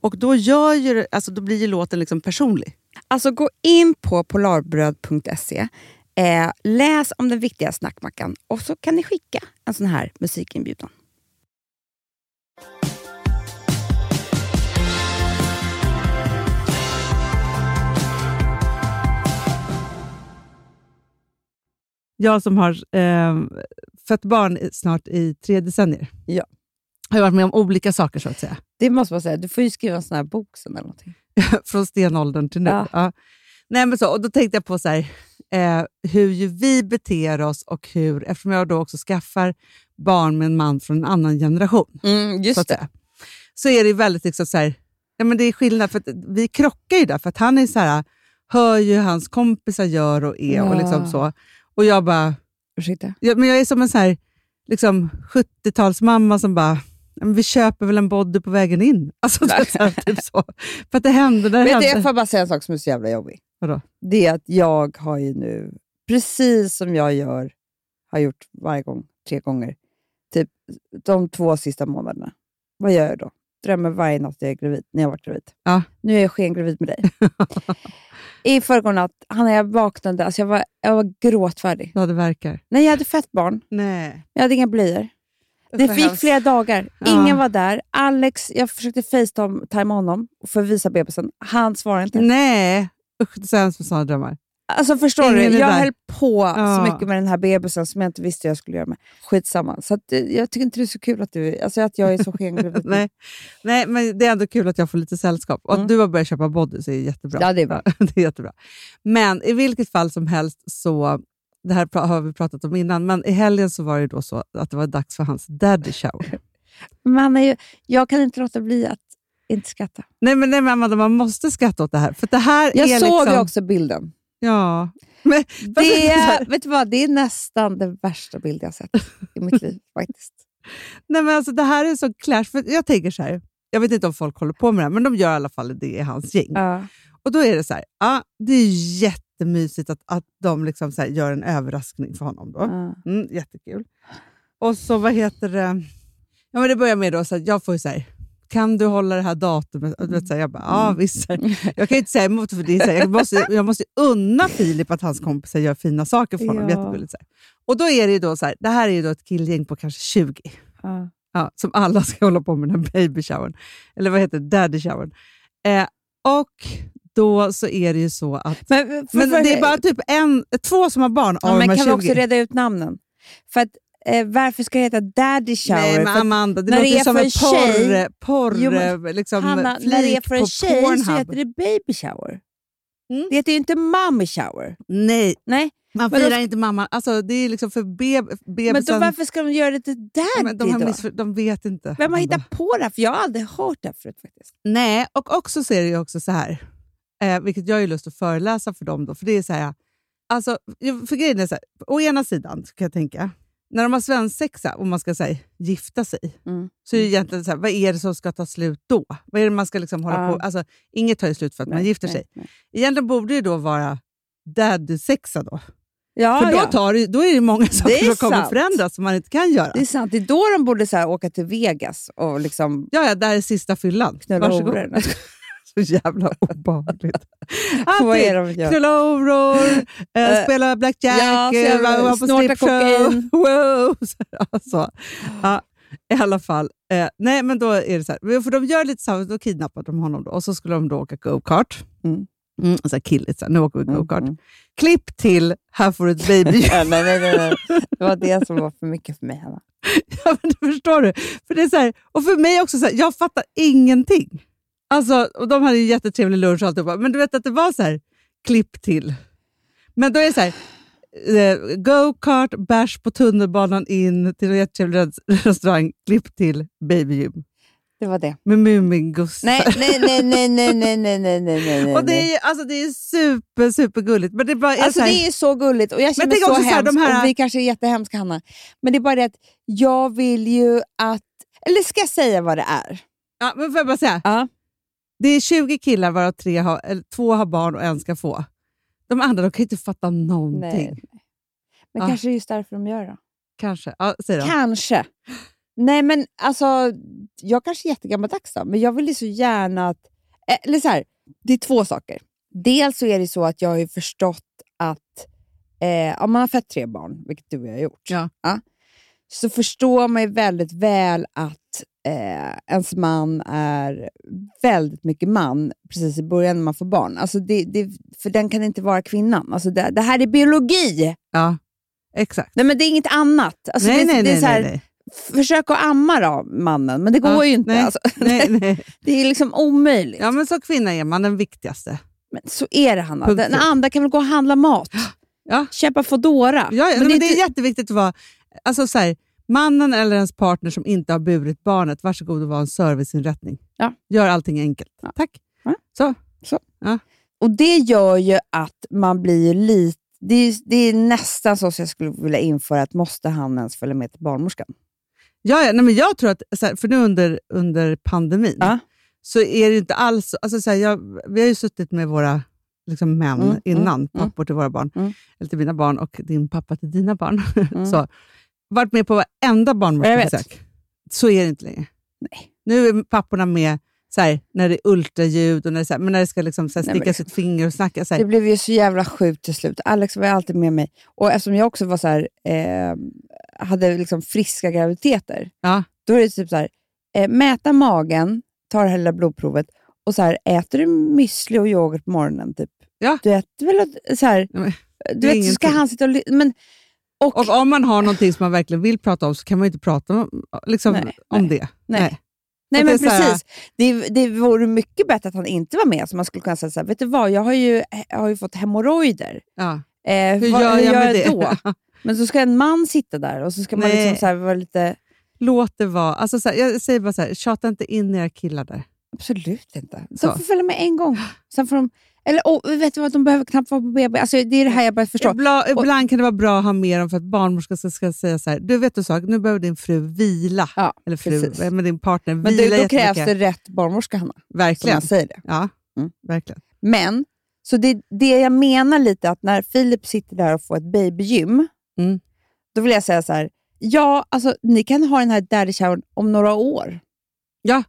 Speaker 2: Och då, gör ju, det- alltså, då blir ju låten liksom personlig.
Speaker 3: Alltså gå in på polarbröd.se, eh, läs om den viktiga snackmackan och så kan ni skicka en sån här musikinbjudan.
Speaker 2: Jag som har eh, fött barn i- snart i tre decennier
Speaker 3: Ja.
Speaker 2: har ju varit med om olika saker, så att säga.
Speaker 3: Det måste man säga, du får ju skriva en sån här bok sen eller någonting.
Speaker 2: Från stenåldern till nu.
Speaker 3: Ja.
Speaker 2: Ja. Nej, men så, och då tänkte jag på så här, eh, hur ju vi beter oss och hur, eftersom jag då också skaffar barn med en man från en annan generation.
Speaker 3: Mm,
Speaker 2: så att säga. Så är det ju väldigt liksom så här, ja, men det är skillnad, för att vi krockar ju där, för att han är så här, hör ju hur hans kompisar gör och är och
Speaker 3: Ja.
Speaker 2: liksom så. Och jag bara,
Speaker 3: Ursäkta.
Speaker 2: ja, men jag är som en så här, liksom 70-talsmamma som bara, ja, men vi köper väl en body på vägen in. Alltså, så här, typ så. För att det hände när det
Speaker 3: Vet du,
Speaker 2: hände.
Speaker 3: jag får bara säga en sak som är så jävla jobbig.
Speaker 2: Vadå?
Speaker 3: Det är att jag har ju nu, precis som jag gör, har gjort varje gång, tre gånger, typ de två sista månaderna. Vad gör jag då? Drömmer varje natt jag är gravid, när jag varit gravid.
Speaker 2: Ja.
Speaker 3: Nu är jag skengravid med dig. I förrgår natt, Hanna, jag vaknade, alltså jag var, jag var gråtfärdig.
Speaker 2: Ja, det verkar.
Speaker 3: Nej, jag hade fött barn,
Speaker 2: Nej.
Speaker 3: jag hade inga blöjor. Det
Speaker 2: Usch,
Speaker 3: fick
Speaker 2: hemskt.
Speaker 3: flera dagar.
Speaker 2: Ja.
Speaker 3: Ingen var där. Alex, jag försökte facetima honom för att visa bebisen. Han svarade inte.
Speaker 2: Nej, usch det är så hemskt med sådana drömmar.
Speaker 3: Alltså förstår
Speaker 2: Ingen
Speaker 3: du?
Speaker 2: är
Speaker 3: Jag
Speaker 2: där.
Speaker 3: höll på
Speaker 2: Ja.
Speaker 3: så mycket med den här bebisen som jag inte visste jag skulle göra med. Skitsamma. Så att, eh, jag tycker inte det är så kul att, du, alltså, att jag är så skengravid.
Speaker 2: Nej. Nej, men det är ändå kul att jag får lite sällskap. Och att
Speaker 3: Mm.
Speaker 2: du har börjat köpa bodys är jättebra.
Speaker 3: Ja, det är bra.
Speaker 2: det är jättebra. Men i vilket fall som helst så, det här pra- har vi pratat om innan, men i helgen så var det ju då så att det var dags för hans daddy shower.
Speaker 3: Men han är ju, jag kan inte låta bli att inte skratta.
Speaker 2: nej, men, nej, men Amanda, man måste skratta åt det här. För det här
Speaker 3: Jag
Speaker 2: är
Speaker 3: såg
Speaker 2: liksom,
Speaker 3: också bilden.
Speaker 2: Ja.
Speaker 3: Det är, vet du vad? Det är nästan den värsta bild jag sett i mitt liv faktiskt.
Speaker 2: Nej, men alltså, det här är en sån clash. För jag tänker så här, jag vet inte om folk håller på med det här, men de gör i alla fall det i hans gäng.
Speaker 3: Ja.
Speaker 2: Och då är det så här, ja, det är jättemysigt att, att de liksom så här gör en överraskning för honom. Då.
Speaker 3: Ja.
Speaker 2: Mm, jättekul. Och så vad heter det? Ja, men det börjar med då, så att jag får ju så här, kan du hålla det här datumet? Och du vet, så här, jag bara, ja visst. Så här, Jag kan ju inte säga emot, för det är så här, jag, måste, jag måste ju unna Filip att hans kompisar gör fina saker för honom.
Speaker 3: Ja.
Speaker 2: Jättegulligt. Så här. Och då är det ju då så här, det här är ju då ett killgäng på kanske 20,
Speaker 3: Ja.
Speaker 2: ja, som alla ska hålla på med den här baby showern. Eller vad heter det? Daddy showern. Eh, och då så är det ju så att...
Speaker 3: Men, för,
Speaker 2: Men
Speaker 3: för-
Speaker 2: det är bara typ en, två som har barn av
Speaker 3: ja,
Speaker 2: de
Speaker 3: men
Speaker 2: här
Speaker 3: Kan
Speaker 2: 20.
Speaker 3: vi också reda ut namnen? För att, eh, varför ska det heta Daddy Shower?
Speaker 2: Nej,
Speaker 3: För
Speaker 2: men
Speaker 3: att-
Speaker 2: Amanda, det
Speaker 3: när
Speaker 2: låter
Speaker 3: det
Speaker 2: ju
Speaker 3: är
Speaker 2: som
Speaker 3: för
Speaker 2: en
Speaker 3: en
Speaker 2: porr,
Speaker 3: tjej-
Speaker 2: porr
Speaker 3: Jo, men
Speaker 2: liksom,
Speaker 3: Hanna, när det är
Speaker 2: flik
Speaker 3: för en
Speaker 2: på
Speaker 3: tjej så
Speaker 2: Pornhub.
Speaker 3: heter det baby shower.
Speaker 2: Mm.
Speaker 3: Det heter ju inte mommy shower.
Speaker 2: Nej,
Speaker 3: Nej,
Speaker 2: man
Speaker 3: Men
Speaker 2: firar
Speaker 3: då-
Speaker 2: inte mamma. Alltså, det är liksom för beb-
Speaker 3: men då,
Speaker 2: bebisen.
Speaker 3: varför ska de göra det där
Speaker 2: men
Speaker 3: till
Speaker 2: de, har
Speaker 3: då?
Speaker 2: missför- de vet inte.
Speaker 3: Vem har
Speaker 2: Amanda.
Speaker 3: hittat på det här? För jag har aldrig hört det här förut faktiskt.
Speaker 2: Nej, och också så är det ju också så här, eh, vilket jag har ju lust att föreläsa för dem då, för det är så här, alltså, ju- för grejen är så här, å ena sidan så kan jag tänka, när de har svensexa och man ska så här, gifta sig,
Speaker 3: Mm.
Speaker 2: så är det egentligen så här, vad är det som ska ta slut då? Vad är det man ska liksom hålla
Speaker 3: Ja.
Speaker 2: på Alltså, inget tar ju slut för att man
Speaker 3: Nej,
Speaker 2: gifter
Speaker 3: nej,
Speaker 2: sig.
Speaker 3: nej.
Speaker 2: Egentligen borde det ju då vara daddy-sexa då.
Speaker 3: Ja,
Speaker 2: för då,
Speaker 3: ja.
Speaker 2: tar det, ju- då är det ju många saker
Speaker 3: är
Speaker 2: som kommer
Speaker 3: sant.
Speaker 2: förändras som man inte kan göra.
Speaker 3: Det är sant. Det är då de borde så här, åka till Vegas och liksom
Speaker 2: Ja, ja, där är sista fyllan.
Speaker 3: knulla
Speaker 2: Varsågod.
Speaker 3: horor.
Speaker 2: Så jävla obehagligt.
Speaker 3: Vad
Speaker 2: Alltid.
Speaker 3: är det de gör?
Speaker 2: Knulla horor, eh,
Speaker 3: Eh,
Speaker 2: spela blackjack,
Speaker 3: ja, så
Speaker 2: eh,
Speaker 3: jävla-
Speaker 2: vara på
Speaker 3: snorta
Speaker 2: strippshow.
Speaker 3: kokain.
Speaker 2: Wow. Så- alltså. ja, I alla fall. Eh, nej, men då är det så här. Men För de gör lite samma, då kidnappade de honom då, och så skulle de då åka go-kart.
Speaker 3: Mm.
Speaker 2: Mm, så här killigt, så här, nu åker vi go-kart.
Speaker 3: Mm,
Speaker 2: Klipp till, här får du ett baby.
Speaker 3: Ja, nej, nej, nej, nej. Det var det som var för mycket för mig, Hanna.
Speaker 2: Ja, men det förstår du. För det är så här, och för mig också, så här, jag fattar ingenting. Alltså, och de hade ju jättetrevlig lunch och alltihopa, men du vet att det var så här, klipp till. Men då är det så här, eh, go-kart, bärs på tunnelbanan in till en jättetrevlig res- restaurang, klipp till babygym
Speaker 3: Det var det.
Speaker 2: med Muminguss.
Speaker 3: Nej, nej, nej, nej, nej, nej, nej, nej, nej, nej.
Speaker 2: Och det
Speaker 3: nej.
Speaker 2: är, ju- alltså, det är super, super gulligt. Men det bara är
Speaker 3: Alltså
Speaker 2: så här,
Speaker 3: det är så gulligt och jag känner mig
Speaker 2: tänk
Speaker 3: så
Speaker 2: också så
Speaker 3: hemskt.
Speaker 2: här, de här-
Speaker 3: och vi kanske är jättehemska Hanna. Men det är bara det att jag vill ju att... Eller ska jag säga vad det är?
Speaker 2: ja, men får jag bara säga,
Speaker 3: Ja.
Speaker 2: det är 20 killar varav tre har, eller, två har barn och en ska få. De andra de kan ju inte fatta någonting.
Speaker 3: Nej. Men
Speaker 2: Ja.
Speaker 3: kanske det är just därför de gör det.
Speaker 2: Kanske. Ja, säg då.
Speaker 3: Kanske. Nej, men alltså, jag kanske är jättegammaldags då, men jag vill ju så gärna att... eh, Eller så här, det är två saker. Dels så är det så att jag har ju förstått att eh, om man har fött tre barn, vilket du och jag har gjort,
Speaker 2: Ja.
Speaker 3: så förstår man ju väldigt väl att eh, ens man är väldigt mycket man precis i början när man får barn. Alltså det, det, för den kan inte vara kvinnan. Alltså det, det här är biologi!
Speaker 2: Ja, exakt.
Speaker 3: Nej, men det är inget annat. Alltså
Speaker 2: nej,
Speaker 3: det,
Speaker 2: nej,
Speaker 3: det är
Speaker 2: nej,
Speaker 3: så här,
Speaker 2: nej, nej.
Speaker 3: försök att amma då, mannen, men det går
Speaker 2: Ja,
Speaker 3: ju inte.
Speaker 2: nej,
Speaker 3: Alltså,
Speaker 2: nej, nej.
Speaker 3: det är liksom omöjligt.
Speaker 2: Ja, men som kvinna är man den viktigaste.
Speaker 3: Men så är det, Hanna.
Speaker 2: Punkt
Speaker 3: Den
Speaker 2: slut.
Speaker 3: andra kan väl gå och handla mat?
Speaker 2: Ja.
Speaker 3: Köpa Foodora.
Speaker 2: Ja, ja, men nej,
Speaker 3: Men
Speaker 2: men
Speaker 3: det är
Speaker 2: det är
Speaker 3: inte-
Speaker 2: jätteviktigt att vara... Alltså, så här, mannen eller ens partner som inte har burit barnet, varsågod och var en serviceinrättning.
Speaker 3: Ja.
Speaker 2: Gör allting enkelt. Tack.
Speaker 3: Ja.
Speaker 2: Så.
Speaker 3: Och det gör ju att man blir ju lite... Det är, ju- det är nästan så som jag skulle vilja införa att måste han ens följa med till barnmorskan?
Speaker 2: Ja, ja, nej, men jag tror att, så här, för nu under, under pandemin,
Speaker 3: Ja.
Speaker 2: så är det ju inte alls... Alltså, så här, jag, vi har ju suttit med våra liksom, män
Speaker 3: Mm,
Speaker 2: innan,
Speaker 3: mm,
Speaker 2: pappor till våra barn,
Speaker 3: Mm.
Speaker 2: eller till mina barn och din pappa till dina barn.
Speaker 3: Mm.
Speaker 2: så, varit med på varenda barnmorskebesök. Så är det inte längre.
Speaker 3: Nej.
Speaker 2: Nu är papporna med så här, när det är ultraljud och när det, är så här, men när det ska liksom, så här,
Speaker 3: Nej,
Speaker 2: sticka
Speaker 3: men-
Speaker 2: sitt finger och snacka. Så här,
Speaker 3: Det blev ju så jävla sjukt till slut. Alex var ju alltid med mig. Och eftersom jag också var så här, eh, hade liksom friska graviditeter,
Speaker 2: Ja.
Speaker 3: då är det typ så här, eh, mäta magen, ta det här lilla blodprovet och så här, äter du müsli och yoghurt på morgonen? Typ.
Speaker 2: Ja.
Speaker 3: Du äter väl att- så här,
Speaker 2: Ja, men,
Speaker 3: du vet, så ska
Speaker 2: ingenting.
Speaker 3: han sitta och... ly- Men, och,
Speaker 2: och om man har någonting som man verkligen vill prata om så kan man ju inte prata om, liksom,
Speaker 3: Nej,
Speaker 2: om det.
Speaker 3: nej.
Speaker 2: nej.
Speaker 3: Nej,
Speaker 2: Att
Speaker 3: men
Speaker 2: det är så här-
Speaker 3: precis. Det, det vore mycket bättre att han inte var med, så man skulle kunna säga så här, vet du vad, jag har ju, jag har ju fått hemorrojder.
Speaker 2: Ja.
Speaker 3: Eh,
Speaker 2: Hur
Speaker 3: vad-
Speaker 2: gör jag med det?
Speaker 3: då? Men så ska en man sitta där och så ska man
Speaker 2: Nej.
Speaker 3: liksom så här vara lite...
Speaker 2: Låt det vara. Alltså, så här, jag säger bara så här, tjata inte in era killar där.
Speaker 3: Absolut inte. De
Speaker 2: Så.
Speaker 3: får följa med en gång. Sen får de... Eller oh, vet du vad, de behöver knappt vara på BB. Alltså, det är det här jag börjar förstå.
Speaker 2: Ibland, ibland kan det vara bra att ha med dem för att barnmorskan ska, ska säga så här, du vet du sak, nu behöver din fru vila.
Speaker 3: Ja,
Speaker 2: Eller fru,
Speaker 3: precis.
Speaker 2: eh, men din partner
Speaker 3: Men
Speaker 2: vila
Speaker 3: du, då krävs
Speaker 2: jättemycket.
Speaker 3: det rätt barnmorska, Hanna. Som
Speaker 2: Verkligen.
Speaker 3: jag säger det.
Speaker 2: Ja,
Speaker 3: Mm.
Speaker 2: verkligen.
Speaker 3: Men, så det, det jag menar lite att när Filip sitter där och får ett babygym,
Speaker 2: Mm.
Speaker 3: då vill jag säga så här, ja, alltså ni kan ha den här daddy showern om några år.
Speaker 2: Ja.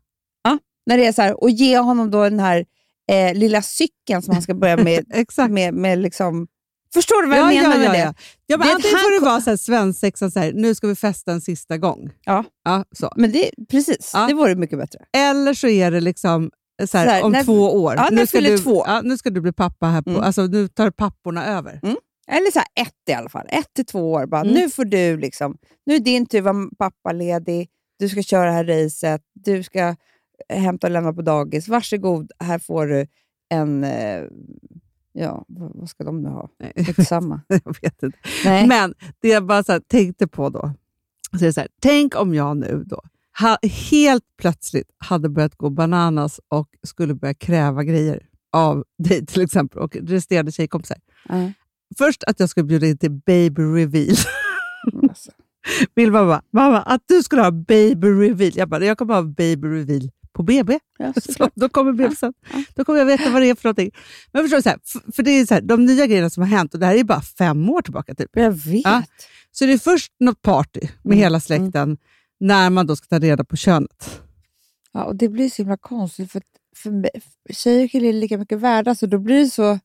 Speaker 3: ja när det är så här, och ge honom då den här eh, lilla cykeln som han ska börja med.
Speaker 2: Exakt.
Speaker 3: med, med liksom, förstår du vad
Speaker 2: ja,
Speaker 3: jag menar
Speaker 2: ja,
Speaker 3: med
Speaker 2: ja,
Speaker 3: det?
Speaker 2: Ja. Ja, men
Speaker 3: Det är
Speaker 2: antingen
Speaker 3: att
Speaker 2: får
Speaker 3: han
Speaker 2: det vara så här, svensexan, så här, nu ska vi festa en sista gång.
Speaker 3: Ja.
Speaker 2: ja så.
Speaker 3: Men det, precis,
Speaker 2: Ja.
Speaker 3: det vore mycket bättre.
Speaker 2: Eller så är det liksom eh, så här,
Speaker 3: Så här,
Speaker 2: om
Speaker 3: när-
Speaker 2: två år.
Speaker 3: ja, när jag
Speaker 2: ska
Speaker 3: fyller
Speaker 2: du,
Speaker 3: två.
Speaker 2: Ja, nu ska du bli pappa här. På,
Speaker 3: Mm.
Speaker 2: alltså, nu tar papporna över.
Speaker 3: Eller så här ett i alla fall. Ett till två år. Bara,
Speaker 2: Mm.
Speaker 3: Nu får du liksom, nu är din tur att vara pappaledig. Du ska köra det här racet. Du ska hämta och lämna på dagis. Varsågod, här får du en eh, Ja, vad vad ska de nu ha?
Speaker 2: Nej,
Speaker 3: Skitsamma.
Speaker 2: jag vet inte.
Speaker 3: Nej.
Speaker 2: Men det jag bara så här, tänkte på då, så är det så här, tänk om jag nu då ha, helt plötsligt hade börjat gå bananas och skulle börja kräva grejer av dig till exempel och resterande tjejkompisar.
Speaker 3: Nej.
Speaker 2: Först att jag skulle bjuda in till baby reveal.
Speaker 3: Men alltså.
Speaker 2: Vilma bara, mamma att du skulle ha baby reveal. Jag bara, jag kommer ha baby reveal på BB.
Speaker 3: Ja,
Speaker 2: Så,
Speaker 3: såklart.
Speaker 2: då kommer bebisen. Då kommer jag veta vad det är för någonting. Men förstår du, så här, f- för det är så här, de nya grejerna som har hänt, och det här är ju bara fem år tillbaka typ.
Speaker 3: jag vet.
Speaker 2: Ja. Så det är först något party med
Speaker 3: Mm,
Speaker 2: hela släkten när man då ska ta reda på könet.
Speaker 3: Ja, och det blir så himla konstigt, för, att- för mig, för tjejer och killar är lika mycket värda, så då blir det så...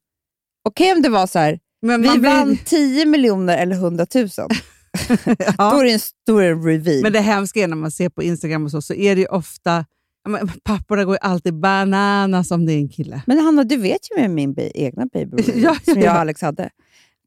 Speaker 3: Okej om det var så här,
Speaker 2: Men
Speaker 3: vi
Speaker 2: man blir-
Speaker 3: vann 10 miljoner eller 100 000. Då
Speaker 2: ja.
Speaker 3: är det en stor reveal.
Speaker 2: Men det hemska är när man ser på Instagram och så, så är det ju ofta... ja, men Papporna går ju alltid bananas om det är en kille.
Speaker 3: Men Hanna, du vet ju med min ba- egna baby
Speaker 2: Ja, ja,
Speaker 3: som jag
Speaker 2: ja.
Speaker 3: och Alex hade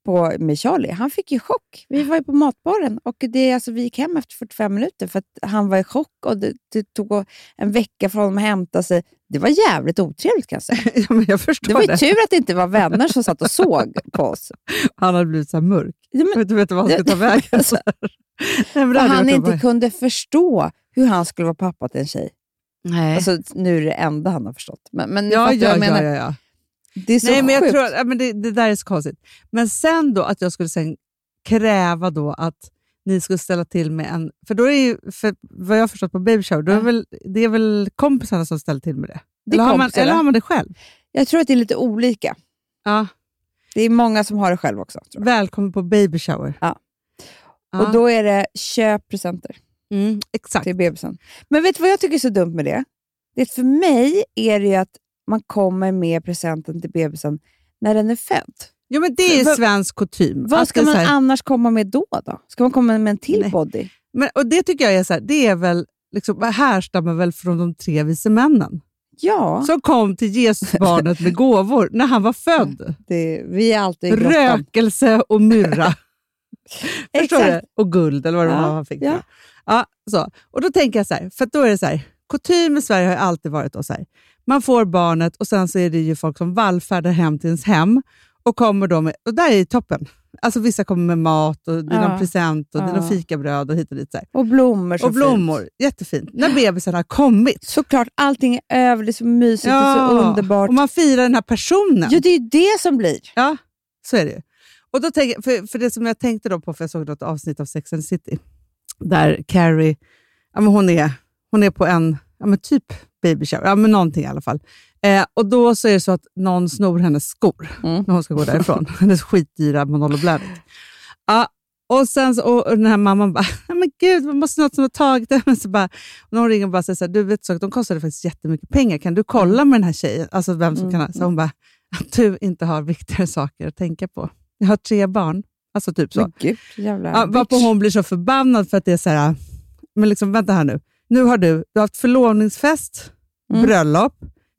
Speaker 3: på, med Charlie. Han fick ju chock. Vi var ju på matbaren och det, alltså, vi gick hem efter 45 minuter för att han var i chock och det, det tog en vecka för honom att hämta sig. Det var jävligt otrevligt kan jag säga.
Speaker 2: Ja, men jag
Speaker 3: Det
Speaker 2: förstår
Speaker 3: var
Speaker 2: det.
Speaker 3: ju tur att det inte var vänner som satt och såg på oss.
Speaker 2: Han hade blivit så här mörk.
Speaker 3: Ja,
Speaker 2: Jag
Speaker 3: men,
Speaker 2: vet inte vet vad han
Speaker 3: Ja.
Speaker 2: ska ta vägen. Så här. Nej, men det
Speaker 3: och
Speaker 2: hade
Speaker 3: han
Speaker 2: varit
Speaker 3: inte
Speaker 2: obehagligt.
Speaker 3: kunde förstå hur han skulle vara pappa till en tjej.
Speaker 2: Nej.
Speaker 3: Alltså, nu är det enda han har förstått. Men, men
Speaker 2: ja,
Speaker 3: fattar
Speaker 2: ja,
Speaker 3: vad jag
Speaker 2: ja,
Speaker 3: menar,
Speaker 2: ja, ja.
Speaker 3: det är så
Speaker 2: Nej, men jag
Speaker 3: sjukt.
Speaker 2: tror, ja, men det, det där är så konstigt. Men sen då att jag skulle sen kräva då att ni skulle ställa till med en... För då är ju, för vad jag har förstått på baby shower, då är väl, det är väl kompisarna som ställer till med det?
Speaker 3: Det är
Speaker 2: eller, har man,
Speaker 3: kompisar,
Speaker 2: eller
Speaker 3: va?
Speaker 2: har man det själv?
Speaker 3: jag tror att det är lite olika.
Speaker 2: Ja.
Speaker 3: Det är många som har det själv också. Tror jag.
Speaker 2: Välkommen på baby shower.
Speaker 3: Ja.
Speaker 2: Ja,
Speaker 3: Och då Typ. är det köp presenter
Speaker 2: mm, exakt.
Speaker 3: till bebisen. Men vet du vad jag tycker är så dumt med det? det är att för mig är det ju att man kommer med presenten till bebisen när den är född.
Speaker 2: Jo, men det är
Speaker 3: Vad-
Speaker 2: svensk kutym.
Speaker 3: Vad
Speaker 2: Att
Speaker 3: ska
Speaker 2: det är
Speaker 3: man
Speaker 2: så här-
Speaker 3: annars komma med då? då? Ska man komma med en till
Speaker 2: Nej.
Speaker 3: body?
Speaker 2: men, och Det tycker jag är så här, det är väl, liksom, härstammar väl från de tre vise männen
Speaker 3: Ja,
Speaker 2: som kom till Jesusbarnet med gåvor när han var född.
Speaker 3: det, vi är alltid i grottan.
Speaker 2: Rökelse och myrra. Förstår du?
Speaker 3: Exakt.
Speaker 2: Och guld, eller vad det
Speaker 3: Ja,
Speaker 2: var han fick.
Speaker 3: ja.
Speaker 2: Ja, så. Och då tänker jag så här, för att då är det så här, kutym i Sverige har ju alltid varit då så här, man får barnet och sen så är det ju folk som vallfärdar hem till ens hem och kommer då med, och där är ju toppen. Alltså vissa kommer med mat och det är
Speaker 3: Ja.
Speaker 2: någon present och det är
Speaker 3: Ja.
Speaker 2: någon fikabröd och hit och dit. Så här.
Speaker 3: Och blommor. så
Speaker 2: Och blommor,
Speaker 3: Fint.
Speaker 2: jättefint. När bebisen har kommit.
Speaker 3: Såklart, allting är över. Det är så mysigt och så underbart.
Speaker 2: Och man firar den här personen.
Speaker 3: Ja, det är ju det som blir.
Speaker 2: Ja, så är det ju. Och då tänker, för, för det som jag tänkte då på, för jag såg något avsnitt av Sex and the City, där Carrie, ja, men hon, är, hon är på en ja, men typ baby shower, ja, men någonting i alla fall. Eh, och då så är det så att någon snor hennes skor
Speaker 3: Mm.
Speaker 2: när hon ska gå därifrån. hennes skitdyra Manolo-blödigt. Ja, och sen så, och och den här mamman bara, "Nej, men gud, man måste något som har tagit det. Men så bara, och när hon ringer och bara säger så här, du vet så, de kostade faktiskt jättemycket pengar, kan du kolla med den här tjejen? Alltså vem som kan ha. Så hon bara, att du inte har viktigare saker att tänka på. Jag har tre barn. Alltså typ så.
Speaker 3: Men gud, jävla
Speaker 2: Ja, varpå
Speaker 3: bitch.
Speaker 2: hon blir så förbannad för att det är så här, äh, men liksom vänta här nu. Nu har du, du har haft förlovningsfest,
Speaker 3: Mm.
Speaker 2: bröllop,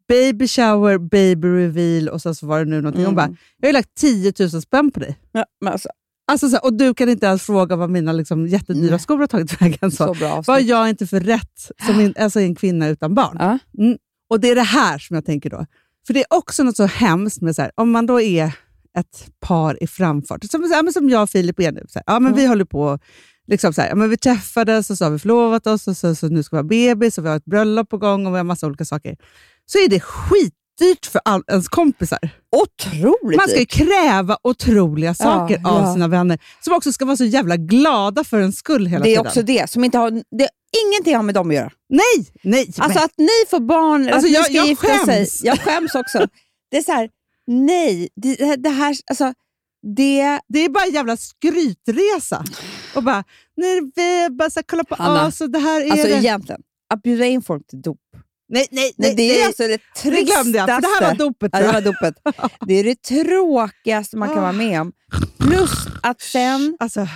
Speaker 2: baby shower, baby reveal och sen så var det nu någonting. Hon
Speaker 3: Mm.
Speaker 2: bara, jag har ju lagt 10 000 spänn på dig.
Speaker 3: Ja, men alltså,
Speaker 2: Alltså så här, och du kan inte ens fråga vad mina liksom jättedyra
Speaker 3: Nej.
Speaker 2: skor har tagit vägen. Så.
Speaker 3: så bra avsnitt.
Speaker 2: Vad gör jag inte för rätt som en, alltså en kvinna utan barn?
Speaker 3: Ja.
Speaker 2: Mm. Och det är det här som jag tänker då. För det är också något så hemskt med så här, om man då är ett par i framfart. Som, så här, men som jag och Filip är nu. Så här, ja, men
Speaker 3: Mm.
Speaker 2: Vi håller på liksom så här, ja, men vi träffades och så har vi förlovat oss och så, så nu ska vi ha bebis och vi har ett bröllop på gång och vi har massa olika saker. Så är det skitdyrt för all, ens kompisar.
Speaker 3: Otroligt
Speaker 2: Man ska ju
Speaker 3: dyrt.
Speaker 2: kräva otroliga saker av
Speaker 3: ja.
Speaker 2: sina vänner som också ska vara så jävla glada för en skull hela
Speaker 3: Det är
Speaker 2: tiden.
Speaker 3: också det som inte har, det, ingenting har med dem att göra.
Speaker 2: Nej, nej.
Speaker 3: Alltså att ni får barn, eller
Speaker 2: Alltså,
Speaker 3: att
Speaker 2: jag-
Speaker 3: ni ska
Speaker 2: jag
Speaker 3: gifta
Speaker 2: skäms.
Speaker 3: sig. Jag skäms också. Det är så här, nej, det, det här, alltså, det,
Speaker 2: Det är bara en jävla skrytresa. Och bara, nej, vi bara så här, kolla på
Speaker 3: Hanna,
Speaker 2: oss och det här är
Speaker 3: alltså
Speaker 2: det.
Speaker 3: egentligen, att bjuda in folk till dop.
Speaker 2: Nej, nej,
Speaker 3: Nej,
Speaker 2: nej.
Speaker 3: det är
Speaker 2: nej.
Speaker 3: alltså det
Speaker 2: det glömde jag, för det här var
Speaker 3: tristaste.
Speaker 2: dopet.
Speaker 3: Ja,
Speaker 2: tror
Speaker 3: det
Speaker 2: jag.
Speaker 3: var dopet. Det är det tråkigaste man kan
Speaker 2: Ah.
Speaker 3: vara med om. Plus att sen,
Speaker 2: Alltså,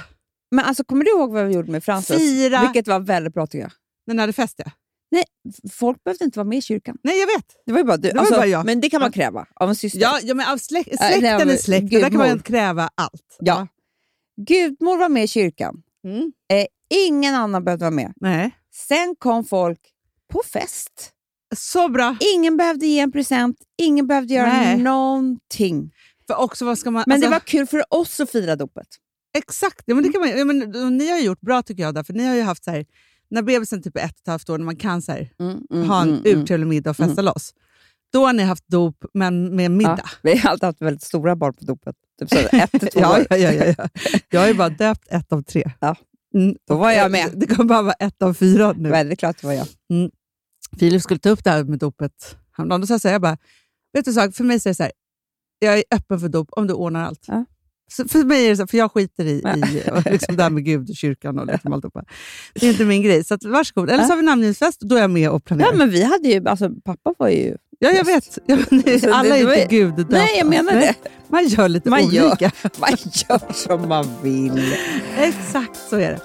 Speaker 3: men alltså kommer du ihåg vad vi gjorde med Frances?
Speaker 2: fira
Speaker 3: Vilket var väldigt bra tycker jag.
Speaker 2: när ni hade fest, ja.
Speaker 3: Folk behövde inte vara med i kyrkan.
Speaker 2: Nej, jag vet.
Speaker 3: Det var ju bara du.
Speaker 2: var ju
Speaker 3: alltså,
Speaker 2: bara jag.
Speaker 3: Men det kan man
Speaker 2: Ja.
Speaker 3: kräva av en syster.
Speaker 2: Ja, ja men av släk,
Speaker 3: nej,
Speaker 2: släkten
Speaker 3: men
Speaker 2: är släkt. och Där kan man ju
Speaker 3: gudmor.
Speaker 2: inte kräva allt.
Speaker 3: Ja. Gudmor var med i kyrkan.
Speaker 2: Mm.
Speaker 3: Eh, ingen annan behövde vara med.
Speaker 2: Nej.
Speaker 3: Sen kom folk på fest.
Speaker 2: Så bra.
Speaker 3: Ingen behövde ge en present. Ingen behövde göra
Speaker 2: Nej.
Speaker 3: någonting.
Speaker 2: För också, vad ska man,
Speaker 3: Men
Speaker 2: alltså,
Speaker 3: det Mm. var kul för oss att fira dopet.
Speaker 2: Exakt. Ja, men det kan man, ja, men, och ni har ju gjort bra tycker jag, där, för ni har ju haft så här, när bebisen typ är ett och ett halvt år, när man kan så här,
Speaker 3: Mm, mm,
Speaker 2: ha en
Speaker 3: mm, mm.
Speaker 2: urtrevlig middag och festa loss. Då har ni haft dop, men med middag.
Speaker 3: Ja, vi har alltid haft väldigt stora barn på dopet. Typ så här, ett till två
Speaker 2: Ja,
Speaker 3: år.
Speaker 2: ja, ja, ja, ja. Jag har ju bara döpt ett av tre.
Speaker 3: Ja.
Speaker 2: Mm.
Speaker 3: Då var jag med.
Speaker 2: Det kommer bara vara ett av fyra nu.
Speaker 3: Väldigt klart det var jag.
Speaker 2: Filip skulle ta upp det här med dopet häromdagen. Då sa jag så här, jag bara, vet du en sak, för mig så är det så här, jag är öppen för dop om du ordnar allt.
Speaker 3: Ja.
Speaker 2: Så för mig är det så, här, för jag skiter i, i liksom det här med Gud och kyrkan och liksom alltihopa. Det är inte min grej, så att, varsågod. Eller så har vi namngivningsfest, då är jag med och planerar.
Speaker 3: Ja,
Speaker 2: Ja,
Speaker 3: men vi hade ju, alltså, pappa var ju...
Speaker 2: jag vet. Ja, men,
Speaker 3: Så det-
Speaker 2: alla
Speaker 3: det
Speaker 2: är
Speaker 3: var-
Speaker 2: inte Gud döpta.
Speaker 3: Nej, jag menar det.
Speaker 2: Man gör lite
Speaker 3: Man
Speaker 2: olika.
Speaker 3: gör, man gör som man vill.
Speaker 2: Exakt så är det.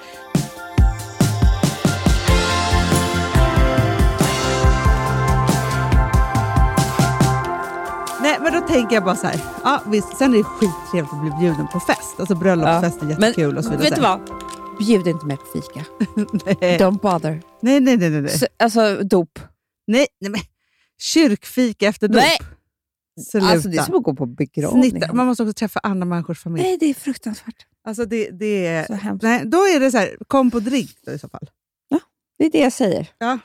Speaker 2: Nej, men då tänker jag bara så här. Ja, visst, sen är det skittrevligt att bli bjuden på fest. Alltså bröllopsfest är jättekul och så vidare.
Speaker 3: vet du vad? Bjud inte mig på fika.
Speaker 2: Nej,
Speaker 3: Don't bother.
Speaker 2: nej, nej. nej, nej, nej.
Speaker 3: Så, alltså, dop.
Speaker 2: nej, nej men. Kyrkfika efter dop.
Speaker 3: Nej.
Speaker 2: Sluta.
Speaker 3: Alltså, det är som att gå på begravning.
Speaker 2: Snitta. Man måste också träffa andra människors familj.
Speaker 3: Nej, det är fruktansvärt.
Speaker 2: Alltså det, det är...
Speaker 3: Så hemskt.
Speaker 2: Nej, då är det så här, kom på drink då, i så fall.
Speaker 3: Det är det jag säger.
Speaker 2: Ja.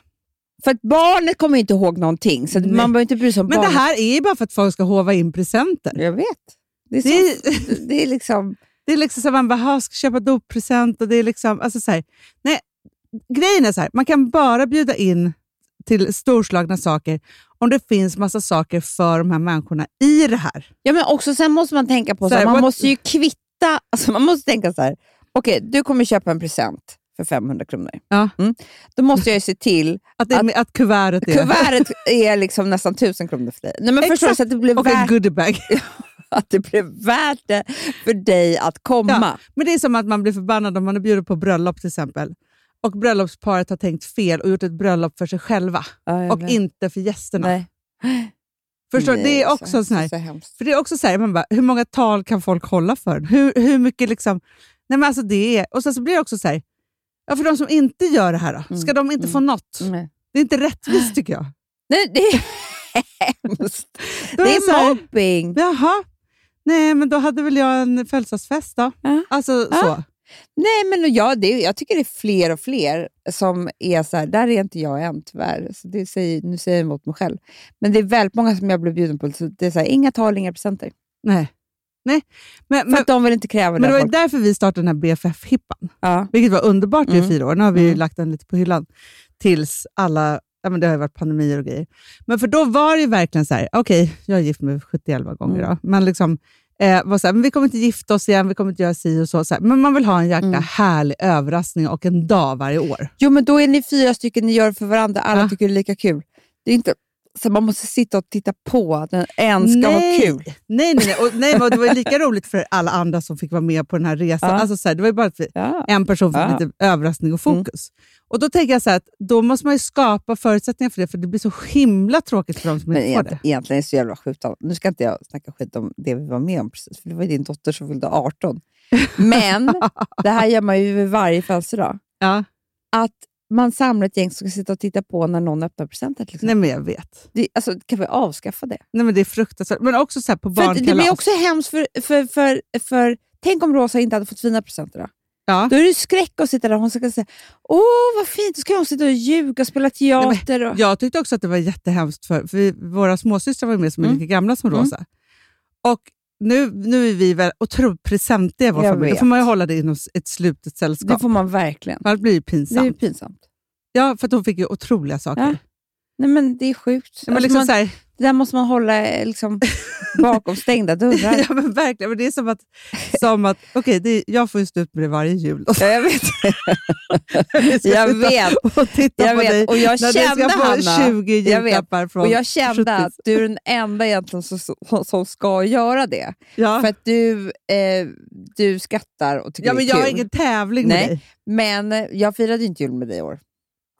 Speaker 3: För att barnet kommer ju inte ihåg någonting, så att
Speaker 2: Nej.
Speaker 3: man behöver inte bry sig om
Speaker 2: Men det
Speaker 3: barnet.
Speaker 2: här är ju bara för att folk ska håva in presenter.
Speaker 3: Jag vet. Det är, så,
Speaker 2: Det är,
Speaker 3: det är liksom...
Speaker 2: Det är liksom så här, man bara, "Ha, ska köpa doppresent och det är liksom, alltså så här, nej, Grejen är så här, man kan bara bjuda in till storslagna saker om det finns massa saker för de här människorna i det här.
Speaker 3: Ja, men också sen måste man tänka på
Speaker 2: Så
Speaker 3: så
Speaker 2: här,
Speaker 3: man
Speaker 2: what-
Speaker 3: måste ju kvitta. Alltså, man måste tänka så här. Okej, du kommer köpa en present för 500 kronor.
Speaker 2: Ja.
Speaker 3: Mm. Då måste jag ju se till
Speaker 2: Att, det, att, att kuvertet är...
Speaker 3: kuvertet är liksom nästan 1000 kronor för dig. Nej, men förstår du,
Speaker 2: Exakt.
Speaker 3: så att det, blir
Speaker 2: och en
Speaker 3: värt,
Speaker 2: goodiebag.
Speaker 3: att det blir värt det för dig att komma.
Speaker 2: Men det är som att man blir förbannad om man är bjuden på bröllop till exempel och bröllopsparet har tänkt fel och gjort ett bröllop för sig själva
Speaker 3: Ja. jag
Speaker 2: och
Speaker 3: vet.
Speaker 2: inte för gästerna.
Speaker 3: Nej.
Speaker 2: Förstår du? Det
Speaker 3: Nej,
Speaker 2: är också en sån här...
Speaker 3: Så hemskt.
Speaker 2: För det är också så här, man bara, hur många tal kan folk hålla för den? Hur, hur mycket liksom... Nej men alltså det är... Och sen så blir det också så här, ja för de som inte gör det här då, ska
Speaker 3: Mm.
Speaker 2: de inte få något?
Speaker 3: Nej.
Speaker 2: Det är inte rättvist tycker jag.
Speaker 3: Nej, det är hemskt.
Speaker 2: Då
Speaker 3: Det
Speaker 2: jag så här,
Speaker 3: är mobbing.
Speaker 2: Jaha, nej men då hade väl jag en födelsedagsfest då.
Speaker 3: Ja.
Speaker 2: Alltså
Speaker 3: Ja.
Speaker 2: så.
Speaker 3: Nej, men jag, det, jag tycker det är fler och fler som är så här, där är inte jag än tyvärr. Så det säger, nu säger jag emot mig själv. Men det är väldigt många som jag blir bjuden på. Så det är så här, inga tal, inga presenter.
Speaker 2: Nej. nej. Men,
Speaker 3: För
Speaker 2: men,
Speaker 3: att de vill inte kräva
Speaker 2: men det
Speaker 3: det.
Speaker 2: var
Speaker 3: av
Speaker 2: ju
Speaker 3: folk.
Speaker 2: därför vi startade den här BFF-hippan,
Speaker 3: Ja.
Speaker 2: vilket var underbart i
Speaker 3: Mm.
Speaker 2: fyra år. Nu har vi ju
Speaker 3: Mm.
Speaker 2: lagt den lite på hyllan tills alla... Ja, men det har ju varit pandemier och grejer. Men för då var det ju verkligen så här, okej, jag är gift mig 71 gånger
Speaker 3: Mm.
Speaker 2: då, men liksom eh, var så här, men vi kommer inte gifta oss igen, vi kommer inte göra si och så. så här, men man vill ha en jäkla
Speaker 3: Mm.
Speaker 2: härlig överraskning och en dag varje år.
Speaker 3: Jo, men då är ni fyra stycken, ni gör det för varandra. Alla
Speaker 2: Ja.
Speaker 3: tycker det är lika kul. Det är inte så man måste sitta och titta på att den en ska
Speaker 2: Nej.
Speaker 3: ha kul.
Speaker 2: Nej, nej, nej. Och, nej men det var ju lika roligt för alla andra som fick vara med på den här resan.
Speaker 3: Ja.
Speaker 2: Alltså, så här, det var ju bara att vi,
Speaker 3: Ja.
Speaker 2: en person fick
Speaker 3: Ja. Mm.
Speaker 2: lite överraskning och fokus. Och Då tänker jag så här, att då måste man ju skapa förutsättningar för det, för det blir så himla tråkigt för dem som
Speaker 3: Men
Speaker 2: inte får
Speaker 3: egentligen,
Speaker 2: det.
Speaker 3: egentligen är det så jävla sjukt. av- Nu ska inte jag snacka skit om det vi var med om precis, för det var ju din dotter som fyllde 18. Men det här gör man ju vid varje födelsedag.
Speaker 2: Ja.
Speaker 3: Att man samlar ett gäng som ska sitta och titta på när någon öppnar presenter. Till
Speaker 2: Nej,
Speaker 3: exempel.
Speaker 2: men jag vet.
Speaker 3: det, alltså, kan vi avskaffa det?
Speaker 2: Nej, men det är fruktansvärt. Men också så här på
Speaker 3: För
Speaker 2: barnkalas.
Speaker 3: det blir också hemskt för, för, för, för... Tänk om Rosa inte hade fått fina presenter då?
Speaker 2: Ja.
Speaker 3: Då är det ju skräck att sitta där och hon ska säga Åh, vad fint! Då ska hon sitta och ljuga och spela teater. Och...
Speaker 2: Jag tyckte också att det var jättehemskt, för, för vi, våra småsystrar var ju med som är
Speaker 3: Mm.
Speaker 2: lika gamla som
Speaker 3: Mm.
Speaker 2: Rosa. Och nu, nu är vi väl otroligt presentiga i vår
Speaker 3: Jag
Speaker 2: familj. Då
Speaker 3: vet.
Speaker 2: får man ju hålla det inom s- ett slutet
Speaker 3: Det
Speaker 2: sällskap.
Speaker 3: får man verkligen.
Speaker 2: Annars blir det ju
Speaker 3: Det är ju
Speaker 2: pinsamt.
Speaker 3: pinsamt.
Speaker 2: Ja, för att hon fick ju otroliga saker.
Speaker 3: Ja. Nej, men det är sjukt.
Speaker 2: Men
Speaker 3: Alltså,
Speaker 2: liksom
Speaker 3: man-
Speaker 2: så här,
Speaker 3: Det där måste man hålla eh, liksom, bakom stängda dörrar.
Speaker 2: ja, men verkligen. Men det är som att, som att okej, det är- jag får ju stå ut med det varje jul. Och
Speaker 3: Ja, jag vet.
Speaker 2: jag ska
Speaker 3: Jag
Speaker 2: sitta
Speaker 3: vet.
Speaker 2: och titta
Speaker 3: Jag
Speaker 2: på dig
Speaker 3: vet. Och jag
Speaker 2: när du ska
Speaker 3: kände,
Speaker 2: få
Speaker 3: Hanna,
Speaker 2: 20
Speaker 3: Jag vet.
Speaker 2: julklappar från
Speaker 3: och jag kände
Speaker 2: 70s.
Speaker 3: att du är den enda egentligen som, som, som ska göra det.
Speaker 2: Ja.
Speaker 3: För att du, eh, du skrattar och
Speaker 2: Ah.
Speaker 3: tycker
Speaker 2: ja, men
Speaker 3: det
Speaker 2: jag
Speaker 3: är
Speaker 2: har
Speaker 3: kul.
Speaker 2: ingen tävling med
Speaker 3: Nej.
Speaker 2: dig.
Speaker 3: Men eh, jag firade ju inte jul med dig i år.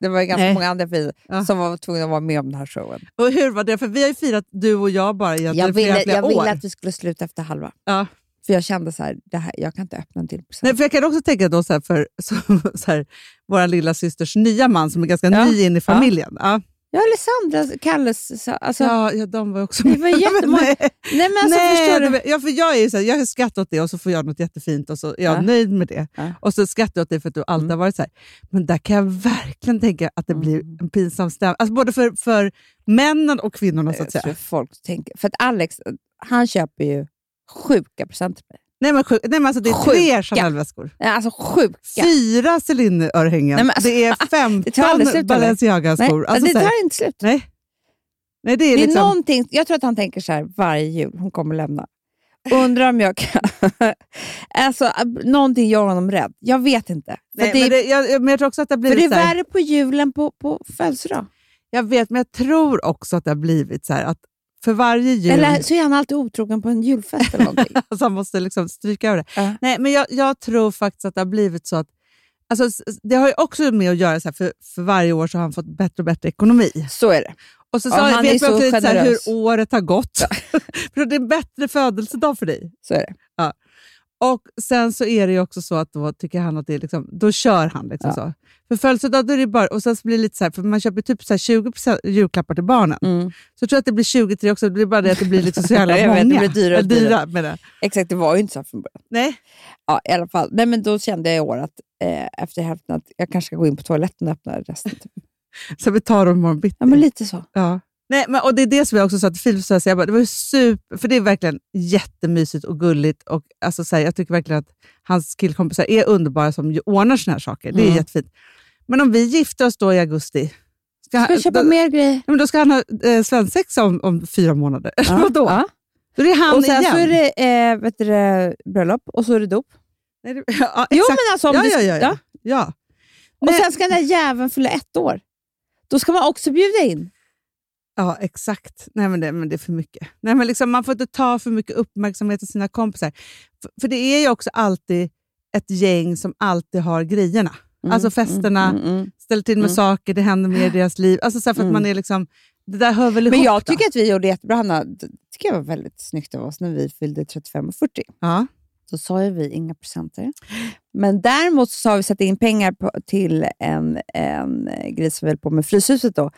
Speaker 3: Det var ju ganska
Speaker 2: Nej. Ah.
Speaker 3: många andra firade,
Speaker 2: Ja.
Speaker 3: som var tvungna att vara med om den här showen.
Speaker 2: Och hur var det? För vi har ju firat du och jag bara egentligen
Speaker 3: Jag ville,
Speaker 2: flera, flera
Speaker 3: jag
Speaker 2: år.
Speaker 3: ville att vi skulle sluta efter halva.
Speaker 2: Ja.
Speaker 3: För jag kände så här, det här jag kan inte öppna en till present.
Speaker 2: Nej, för jag kan också tänka då så här för så, så här, vår lilla systers nya man som är ganska
Speaker 3: Ja.
Speaker 2: ny in i familjen. Ja.
Speaker 3: Ja, eller Sandra, Kalles... så- Alltså,
Speaker 2: ja, ja, de var också
Speaker 3: Det var jättemånga.
Speaker 2: Nej.
Speaker 3: Nej, men alltså,
Speaker 2: Nej,
Speaker 3: förstår du?
Speaker 2: det- ja, för jag, är ju så här, jag skrattar åt det och så får jag något jättefint och så är jag
Speaker 3: Ja.
Speaker 2: nöjd med det.
Speaker 3: Ja. Mm.
Speaker 2: Och så skrattar jag åt det för att du alltid har varit så här. Men där kan jag verkligen tänka att det blir
Speaker 3: Mm.
Speaker 2: en pinsam stämning. Alltså både för, för männen och kvinnorna så att
Speaker 3: Jag tror
Speaker 2: säga.
Speaker 3: folk tänker... För att Alex, han köper ju sjuka presenter till mig.
Speaker 2: Nej men, sjuk, nej, men alltså, det är tre
Speaker 3: Sjuka.
Speaker 2: Chanel-väskor.
Speaker 3: Nej, Alltså sjuka.
Speaker 2: Fyra Celine-örhängen.
Speaker 3: Nej, men alltså,
Speaker 2: det är
Speaker 3: det tar aldrig
Speaker 2: 15
Speaker 3: slut, eller?
Speaker 2: Balenciaga-skor.
Speaker 3: Nej,
Speaker 2: Alltså,
Speaker 3: det
Speaker 2: så här,
Speaker 3: tar inte slut.
Speaker 2: nej. nej, det är
Speaker 3: Det är
Speaker 2: liksom...
Speaker 3: någonting, jag tror att han tänker så här varje jul, hon kommer lämna. Undrar om jag kan... alltså, ab- någonting gör honom rädd. Jag vet inte. För
Speaker 2: Nej,
Speaker 3: det,
Speaker 2: men,
Speaker 3: är-
Speaker 2: det, jag, jag- men jag tror också att det har
Speaker 3: för
Speaker 2: blivit
Speaker 3: det är
Speaker 2: så här-
Speaker 3: värre på julen på, på födelsedag.
Speaker 2: Jag vet, men jag tror också att det har blivit så här att för varje jul
Speaker 3: Eller så är han alltid otrogen på en julfest eller någonting.
Speaker 2: så han måste liksom stryka över det.
Speaker 3: Ja.
Speaker 2: Nej, men jag, jag tror faktiskt att det har blivit så att Alltså, s- s- det har ju också med att göra, så här, för, för varje år så har han fått bättre och bättre ekonomi.
Speaker 3: så är det.
Speaker 2: Och så,
Speaker 3: Ja,
Speaker 2: så
Speaker 3: han är
Speaker 2: vet man
Speaker 3: så
Speaker 2: också lite så här, hur
Speaker 3: generös.
Speaker 2: året har gått. för det är en bättre födelsedag för dig.
Speaker 3: Så är det.
Speaker 2: Och Sen så är det ju också så att då tycker han att det är liksom, då kör han. Liksom
Speaker 3: Ja.
Speaker 2: så. För födelsedag då är det bara, och sen så blir det lite så här, för man köper typ så här 20% julklappar till barnen.
Speaker 3: Mm.
Speaker 2: Så jag tror att det blir 20 till det också. Det blir bara det att det blir liksom så jävla
Speaker 3: Jag
Speaker 2: många.
Speaker 3: vet, det blir dyrare och
Speaker 2: Eller
Speaker 3: dyrare.
Speaker 2: med det.
Speaker 3: Exakt, det var ju inte så här från början.
Speaker 2: Nej.
Speaker 3: Ja, i alla fall. Nej, men då kände jag i år att eh, efter hälften att jag kanske ska gå in på toaletten och öppna resten. typ.
Speaker 2: Så vi tar dem imorgon bitti.
Speaker 3: Ja, men lite så.
Speaker 2: Ja. Nej, men, och det är det som jag också sa till Filip. Så här, så jag bara, det var ju super, för det är verkligen jättemysigt och gulligt. Och, alltså, så här, jag tycker verkligen att hans killkompisar är underbara som ju ordnar såna här saker. Det är
Speaker 3: Mm.
Speaker 2: jättefint. Men om vi gifter oss då i augusti, ska,
Speaker 3: Ska jag köpa
Speaker 2: då,
Speaker 3: mer grejer?
Speaker 2: Ja, men då ska han ha eh, svensexa om, om fyra månader. Ja. Vadå?
Speaker 3: Ja.
Speaker 2: Då är det han
Speaker 3: Och sen
Speaker 2: igen.
Speaker 3: så är det eh, vet du, det, bröllop och så är det dop.
Speaker 2: Nej, det- ja,
Speaker 3: Jo,
Speaker 2: exakt.
Speaker 3: men alltså, om
Speaker 2: ja,
Speaker 3: du-
Speaker 2: ja, ja, Eh, ja.
Speaker 3: ja.
Speaker 2: ja.
Speaker 3: Och
Speaker 2: Nej.
Speaker 3: sen ska den där jäveln fylla ett år. Då ska man också bjuda in.
Speaker 2: Ja, exakt. Nej, men det, men det är för mycket. Nej, men liksom, man får inte ta för mycket uppmärksamhet av sina kompisar. För, för det är ju också alltid ett gäng som alltid har grejerna. alltså festerna,
Speaker 3: mm, mm, mm.
Speaker 2: ställer till med
Speaker 3: Mm.
Speaker 2: saker, det händer mer i deras liv. Alltså så här, för att
Speaker 3: Mm.
Speaker 2: man är liksom, det där hör väl
Speaker 3: Men
Speaker 2: ihop
Speaker 3: jag
Speaker 2: då?
Speaker 3: tycker att vi gjorde jättebra, Hanna. Det tycker jag var väldigt snyggt av oss när vi fyllde 35 och 40.
Speaker 2: Ja.
Speaker 3: Då sa ju vi inga presenter. Men däremot så sa vi sätta in pengar på, till en, en eh, grej som vi höll på med Fryshuset då.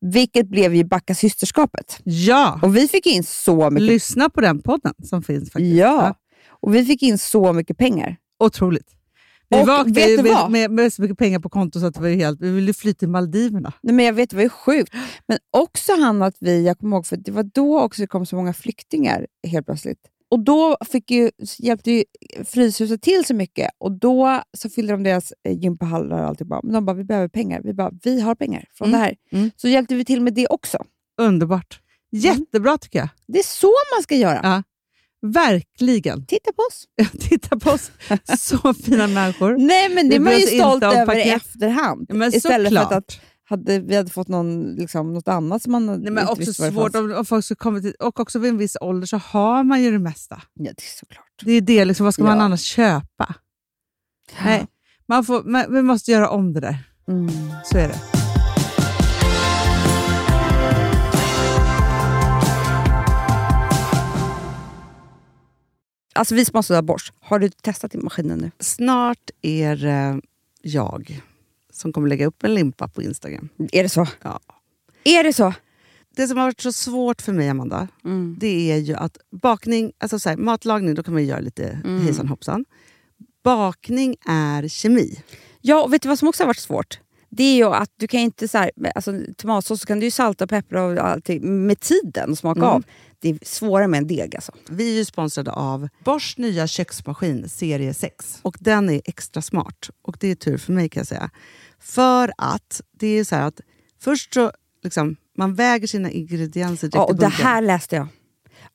Speaker 3: Vilket blev ju Backa systerskapet.
Speaker 2: ja,
Speaker 3: Och vi fick in så mycket.
Speaker 2: lyssna på den podden som finns faktiskt.
Speaker 3: ja. Och vi fick in så mycket pengar.
Speaker 2: Otroligt. Vi
Speaker 3: Och
Speaker 2: vaknade
Speaker 3: vet
Speaker 2: ju
Speaker 3: du
Speaker 2: med,
Speaker 3: vad?
Speaker 2: med, med så mycket pengar på kontot så att det var ju helt, vi ville fly till Maldiverna.
Speaker 3: Nej, men jag vet, det var ju sjukt. Men också han att vi, jag kommer ihåg, för det var då också det kom så många flyktingar helt plötsligt. Och då fick ju, hjälpte ju Fryshuset till så mycket och då så fyllde de deras eh, gympahallar och alltihopa. Men de bara, vi behöver pengar. Vi bara, vi har pengar från
Speaker 2: Mm,
Speaker 3: det här.
Speaker 2: mm.
Speaker 3: Så hjälpte vi till med det också.
Speaker 2: Underbart.
Speaker 3: Mm.
Speaker 2: Jättebra tycker jag.
Speaker 3: Det är så man ska göra.
Speaker 2: Ja. Verkligen.
Speaker 3: Titta på oss.
Speaker 2: Titta på oss, så fina människor.
Speaker 3: Nej, men
Speaker 2: Vi
Speaker 3: det är man
Speaker 2: bryr
Speaker 3: ju
Speaker 2: oss inte
Speaker 3: stolt
Speaker 2: om
Speaker 3: över i
Speaker 2: paket.
Speaker 3: efterhand.
Speaker 2: Ja, men
Speaker 3: Istället
Speaker 2: såklart.
Speaker 3: för att, att hade, vi hade fått någon, liksom, något annat som man
Speaker 2: Nej, men
Speaker 3: inte
Speaker 2: också
Speaker 3: visste vad det
Speaker 2: svårt
Speaker 3: fanns.
Speaker 2: om, om folk ska komma till, och också vid en viss ålder så har man ju det mesta.
Speaker 3: Ja, det är såklart.
Speaker 2: Det är det, liksom, vad ska man
Speaker 3: Ja.
Speaker 2: annars köpa? Nej, man får, man, vi måste göra om det där.
Speaker 3: Mm.
Speaker 2: Så är det.
Speaker 3: Alltså vi som har sådär borst, har du testat i maskinen nu?
Speaker 2: Snart är eh, jag som kommer lägga upp en limpa på Instagram.
Speaker 3: Är det så?
Speaker 2: Ja.
Speaker 3: Är det så?
Speaker 2: Det som har varit så svårt för mig, Amanda,
Speaker 3: Mm.
Speaker 2: det är ju att bakning, alltså så här, matlagning, då kan man ju göra lite
Speaker 3: Mm.
Speaker 2: hejsan hoppsan. Bakning är kemi.
Speaker 3: Ja, och vet du vad som också har varit svårt? Det är ju att du kan inte så här, med- alltså tomatsås så kan du ju salta och peppra och allting med tiden och
Speaker 2: Mm.
Speaker 3: smaka av. Det är svårare med en deg alltså.
Speaker 2: Vi är ju sponsrade av Bors nya köksmaskin serie 6. Och den är extra smart. Och det är tur för mig kan jag säga. För att det är så här att först så liksom, man väger sina ingredienser direkt
Speaker 3: Ja, och
Speaker 2: i
Speaker 3: det
Speaker 2: bunken.
Speaker 3: här läste jag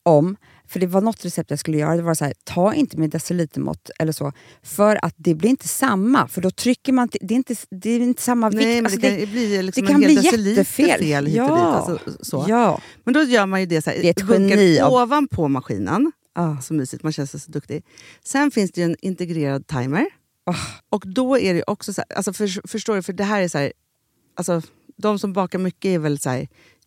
Speaker 3: om. För det var något recept jag skulle göra. Det var så här, ta inte med decilitermått eller så. För att det blir inte samma. För då trycker man, till- det är inte, det är inte samma vikt.
Speaker 2: Nej, men
Speaker 3: Alltså,
Speaker 2: det kan ju bli liksom
Speaker 3: det
Speaker 2: en
Speaker 3: kan
Speaker 2: hel
Speaker 3: bli
Speaker 2: deciliter
Speaker 3: jättefel.
Speaker 2: fel hit och dit.
Speaker 3: Ja.
Speaker 2: Alltså, så.
Speaker 3: Ja.
Speaker 2: Men då gör man ju det så här,
Speaker 3: Det är ett
Speaker 2: bunkar
Speaker 3: geni av-
Speaker 2: ovanpå maskinen.
Speaker 3: Ah.
Speaker 2: Så mysigt, man känns så duktig. Sen finns det ju en integrerad timer.
Speaker 3: Ah.
Speaker 2: Och då är det ju också så här, alltså för, förstår du, för det här är så här, alltså de som bakar mycket är väl så här,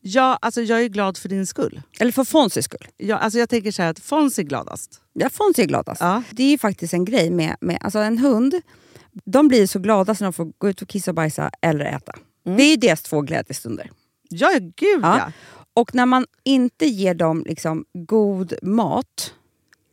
Speaker 2: Ja, alltså jag är glad för din skull.
Speaker 3: Eller för Fonzys skull.
Speaker 2: Ja, alltså jag tänker så här att Fons är gladast.
Speaker 3: Ja, Fonzie är gladast.
Speaker 2: Ja.
Speaker 3: Det är ju faktiskt en grej med, med alltså en hund. De blir så glada när de får gå ut och kissa och bajsa eller äta.
Speaker 2: Mm.
Speaker 3: Det är ju deras två glädjestunder.
Speaker 2: Ja, gud ja.
Speaker 3: Ja. Och när man inte ger dem liksom god mat,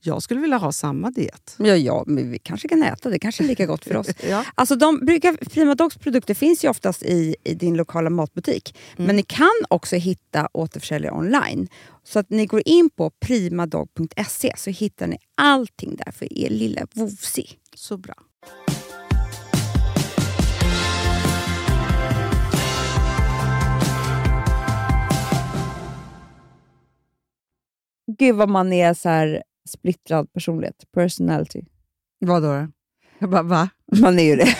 Speaker 2: Jag skulle vilja ha samma diet.
Speaker 3: ja, ja, men vi kanske kan äta. Det kanske är lika gott för oss.
Speaker 2: Ja.
Speaker 3: Alltså de brukar, Prima Dogs produkter finns ju oftast i, i din lokala matbutik. Men ni kan också hitta återförsäljare online. Så att ni går in på primadog.se så hittar ni allting där för er lilla vovsi.
Speaker 2: Så bra.
Speaker 3: Gud vad man är så här splittrad personlighet. Personality.
Speaker 2: Vad då? Jag bara, va?
Speaker 3: Man är ju det.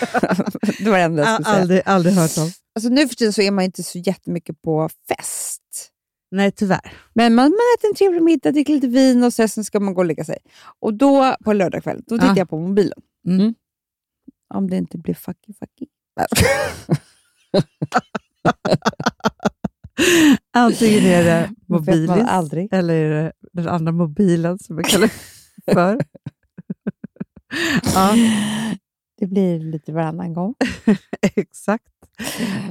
Speaker 3: det var det enda jag skulle säga.
Speaker 2: Aldrig, aldrig hört om.
Speaker 3: Alltså nu för tiden så är man inte så jättemycket på fest.
Speaker 2: Nej, tyvärr.
Speaker 3: Men man, man äter en trevlig middag, dricker lite vin och så, sen ska man gå och lägga sig. Och då på lördagskväll, då tittar
Speaker 2: Ah.
Speaker 3: jag på mobilen.
Speaker 2: Mm.
Speaker 3: Om det inte blir fucky fucky.
Speaker 2: Antingen är det
Speaker 3: Man vet
Speaker 2: mobilis
Speaker 3: man aldrig.
Speaker 2: eller är det den andra mobilen som jag kallar för. ja,
Speaker 3: Det blir lite varannan gång.
Speaker 2: exakt.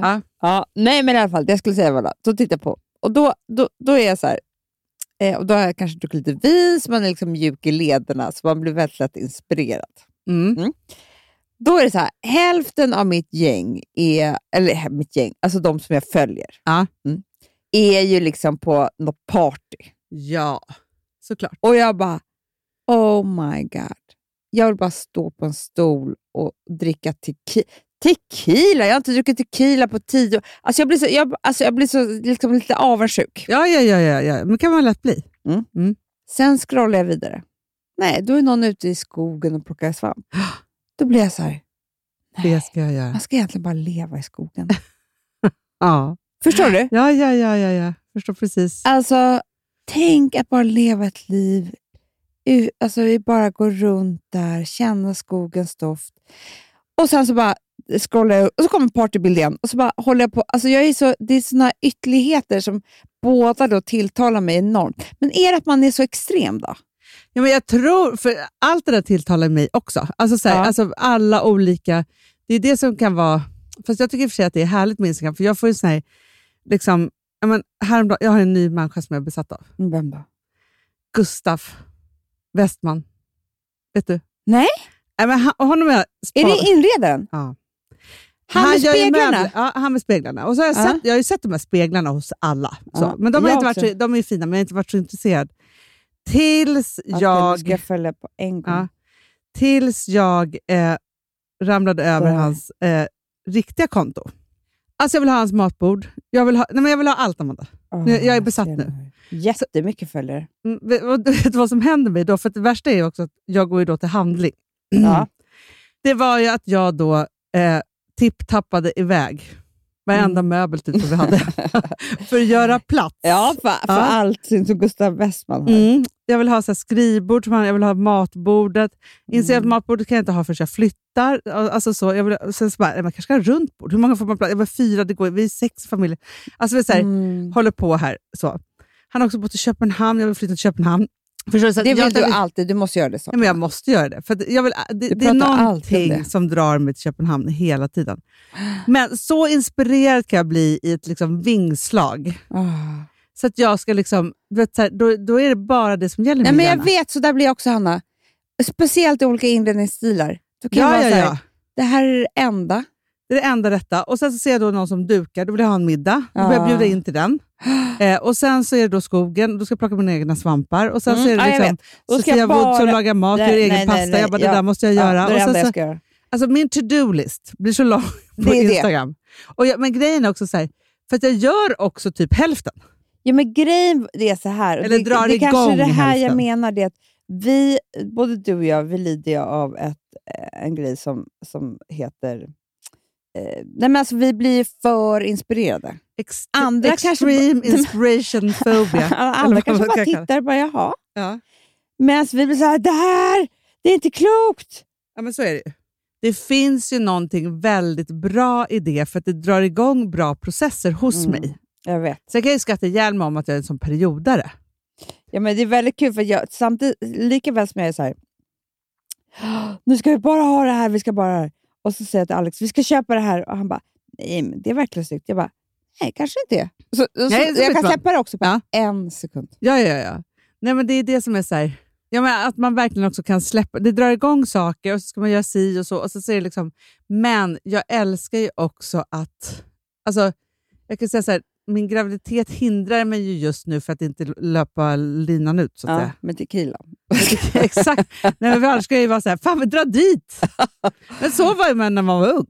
Speaker 2: Ja.
Speaker 3: Ja, nej, men i alla fall, det jag skulle säga var då, då tittar jag på. Och då, då, då är jag så här, eh, och då har jag kanske druckit lite vin, så man är liksom mjuk i lederna, så man blir väldigt lätt inspirerad.
Speaker 2: Mm.
Speaker 3: Då är det så här, hälften av mitt gäng, är, eller eh, mitt gäng, alltså de som jag följer,
Speaker 2: Ja.
Speaker 3: mm, är ju liksom på något party.
Speaker 2: ja, såklart.
Speaker 3: Och jag bara, oh my god. Jag vill bara stå på en stol och dricka tequila. Tequila? Jag har inte druckit tequila på tio år. Alltså jag blir så, jag, alltså jag blir så liksom lite avundsjuk.
Speaker 2: Ja, ja, ja, ja, ja. men kan man lätt bli.
Speaker 3: Sen scrollar jag vidare. Nej, då är någon ute i skogen och plockar svamp. Då blir jag så här,
Speaker 2: Det
Speaker 3: nej,
Speaker 2: ska jag göra.
Speaker 3: man ska egentligen bara leva i skogen.
Speaker 2: Ja,
Speaker 3: Förstår du?
Speaker 2: ja, ja, ja, ja. ja. Förstår precis.
Speaker 3: Alltså, tänk att bara leva ett liv. u- Alltså, vi bara går runt där, känna skogens doft. Och sen så bara scrollar jag och så kommer partybilden igen. Och så bara håller jag på. Alltså, jag är så, det är såna ytterligheter som båda då tilltalar mig enormt. Men är det att man är så extrem då?
Speaker 2: Ja, men jag tror, för allt det där tilltalar mig också. Alltså, så här,
Speaker 3: Ja.
Speaker 2: alltså alla olika, det är det som kan vara, fast jag tycker i och för sig att det är härligt med Instagram, för jag får ju sån här, liksom, ja, men häromdagen, jag har en ny människa som jag är besatt av.
Speaker 3: Vem då?
Speaker 2: Gustav Westman. Vet du?
Speaker 3: Nej.
Speaker 2: Nej, men han, honom har jag
Speaker 3: Är
Speaker 2: sparat.
Speaker 3: det inredaren?
Speaker 2: Ja.
Speaker 3: Han med
Speaker 2: gör ju
Speaker 3: speglarna?
Speaker 2: möbler. Ja, han med speglarna. Och så har jag,
Speaker 3: Ja.
Speaker 2: sett, jag har ju sett de här speglarna hos alla. Så.
Speaker 3: Ja,
Speaker 2: Men de, har
Speaker 3: jag
Speaker 2: inte varit så,
Speaker 3: också.
Speaker 2: de är ju fina, men jag har inte varit så intresserad. Tills
Speaker 3: Okej, nu
Speaker 2: jag,
Speaker 3: ska jag följa på en gång.
Speaker 2: Ja. tills jag eh, ramlade över
Speaker 3: Där.
Speaker 2: hans eh, riktiga konto. Alltså jag vill ha hans matbord. Jag vill ha, nej men jag vill ha allt, Amanda.
Speaker 3: Åh,
Speaker 2: jag är besatt
Speaker 3: ser
Speaker 2: nu.
Speaker 3: hur- Jättemycket följare.
Speaker 2: Mm, vet- och Du vet vad som händer mig då? För att det värsta är ju också att jag går ju då till handling.
Speaker 3: Ja.
Speaker 2: Det var ju att jag då eh, tipptappade iväg varenda
Speaker 3: Mm.
Speaker 2: möbel typ som vi hade för att göra plats.
Speaker 3: Ja, för, för
Speaker 2: Ja.
Speaker 3: allt som Gustav Westman har.
Speaker 2: Mm. Jag vill ha så här skrivbord, som han- jag vill ha matbordet. Inser jag att
Speaker 3: Mm.
Speaker 2: matbordet kan jag inte ha förrän jag flyttar. Alltså så, jag vill, och sen så bara, nej, man kanske ska ha runt bord. Hur många får man plats? Jag var fyra, det går, vi är sex familjer. Alltså vi är så här,
Speaker 3: Mm.
Speaker 2: håller på här. Så. Han har också bott i Köpenhamn, jag vill flytta till Köpenhamn. Förstår du? Så att
Speaker 3: Det
Speaker 2: jag
Speaker 3: vill du
Speaker 2: kan-
Speaker 3: alltid, du måste göra det så.
Speaker 2: Ja, men jag måste göra det. För att jag vill, det, det är
Speaker 3: pratar alltid om
Speaker 2: någonting
Speaker 3: det.
Speaker 2: som drar mig till Köpenhamn hela tiden. Men så inspirerad kan jag bli i ett liksom vingslag.
Speaker 3: Ah.
Speaker 2: Så att jag ska liksom, du vet, så här, då, då är det bara det som gäller
Speaker 3: Nej,
Speaker 2: min
Speaker 3: men jag
Speaker 2: hjärna.
Speaker 3: vet, så där blir jag också Hanna. Speciellt i olika inredningsstilar. Då kan jag
Speaker 2: Ja,
Speaker 3: vara
Speaker 2: ja,
Speaker 3: så här,
Speaker 2: ja.
Speaker 3: det här är det enda.
Speaker 2: Det är det enda rätta. Och sen så ser jag då någon som dukar, då vill jag ha en middag. Då vill jag
Speaker 3: Ja.
Speaker 2: bjuda in till den. Eh, och sen så är det då skogen, då ska jag plocka mina egna svampar. Och sen
Speaker 3: Mm,
Speaker 2: så är det
Speaker 3: ja, jag
Speaker 2: liksom
Speaker 3: Då ska
Speaker 2: Sofia
Speaker 3: jag
Speaker 2: Wood som
Speaker 3: bara-
Speaker 2: lagar mat,
Speaker 3: Nej,
Speaker 2: gör egen
Speaker 3: nej, nej,
Speaker 2: pasta.
Speaker 3: nej.
Speaker 2: jag bara,
Speaker 3: Ja.
Speaker 2: det där måste jag
Speaker 3: Ja,
Speaker 2: göra.
Speaker 3: det är
Speaker 2: och
Speaker 3: det
Speaker 2: sen
Speaker 3: enda
Speaker 2: så,
Speaker 3: jag ska göra.
Speaker 2: Alltså min to-do-list blir så lång på
Speaker 3: är det.
Speaker 2: Instagram. Och jag, men grejen är också så här, för att jag gör också typ hälften.
Speaker 3: Ja, men grejen det är så här, och
Speaker 2: Eller
Speaker 3: det,
Speaker 2: drar
Speaker 3: det kanske
Speaker 2: igång
Speaker 3: är det här jag
Speaker 2: hälften.
Speaker 3: menar, det är att vi, både du och jag, vi lider ju av ett, eh, en grej som, som heter... Eh, nej men alltså, vi blir för inspirerade.
Speaker 2: Ex-
Speaker 3: Andra kanske
Speaker 2: extreme
Speaker 3: bara- Nej, men-
Speaker 2: inspiration phobia.
Speaker 3: Alla kanske
Speaker 2: Vad
Speaker 3: bara
Speaker 2: jag kallar det.
Speaker 3: tittar och bara, jaha.
Speaker 2: Ja.
Speaker 3: Medan vi blir så här, det här, det är inte klokt!
Speaker 2: ja, men så är det ju. Det finns ju någonting väldigt bra i det, för att det drar igång bra processer hos
Speaker 3: Mm.
Speaker 2: mig.
Speaker 3: Jag vet.
Speaker 2: Sen kan jag ju skratta ihjäl mig om att jag är en sån periodare.
Speaker 3: Ja, men det är väldigt kul, för jag, samtidigt, lika väl som jag är så här, "Åh, nu ska vi bara ha det här, vi ska bara ha det här. Och så säger jag till Alex, vi ska köpa det här. Och han bara, nej, men det är verkligen snyggt. Jag bara, nej, kanske inte är. Så,
Speaker 2: Nej,
Speaker 3: så,
Speaker 2: så
Speaker 3: jag
Speaker 2: vet
Speaker 3: kan
Speaker 2: man.
Speaker 3: släppa det också på
Speaker 2: Ja.
Speaker 3: en sekund.
Speaker 2: Ja, ja, ja. Nej, men det är det som är så här, ja, men att man verkligen också kan släppa. Det drar igång saker och så ska man göra si och så. Och så, så är det liksom, men jag älskar ju också att... Alltså, jag kan säga så här, min graviditet hindrar mig ju just nu för att inte löpa linan ut. Så att
Speaker 3: Ja,
Speaker 2: säga.
Speaker 3: med tequilan.
Speaker 2: Exakt. Nej, men vi önskar ju vara så här, fan vi drar dit. Men så var ju man när man var ung.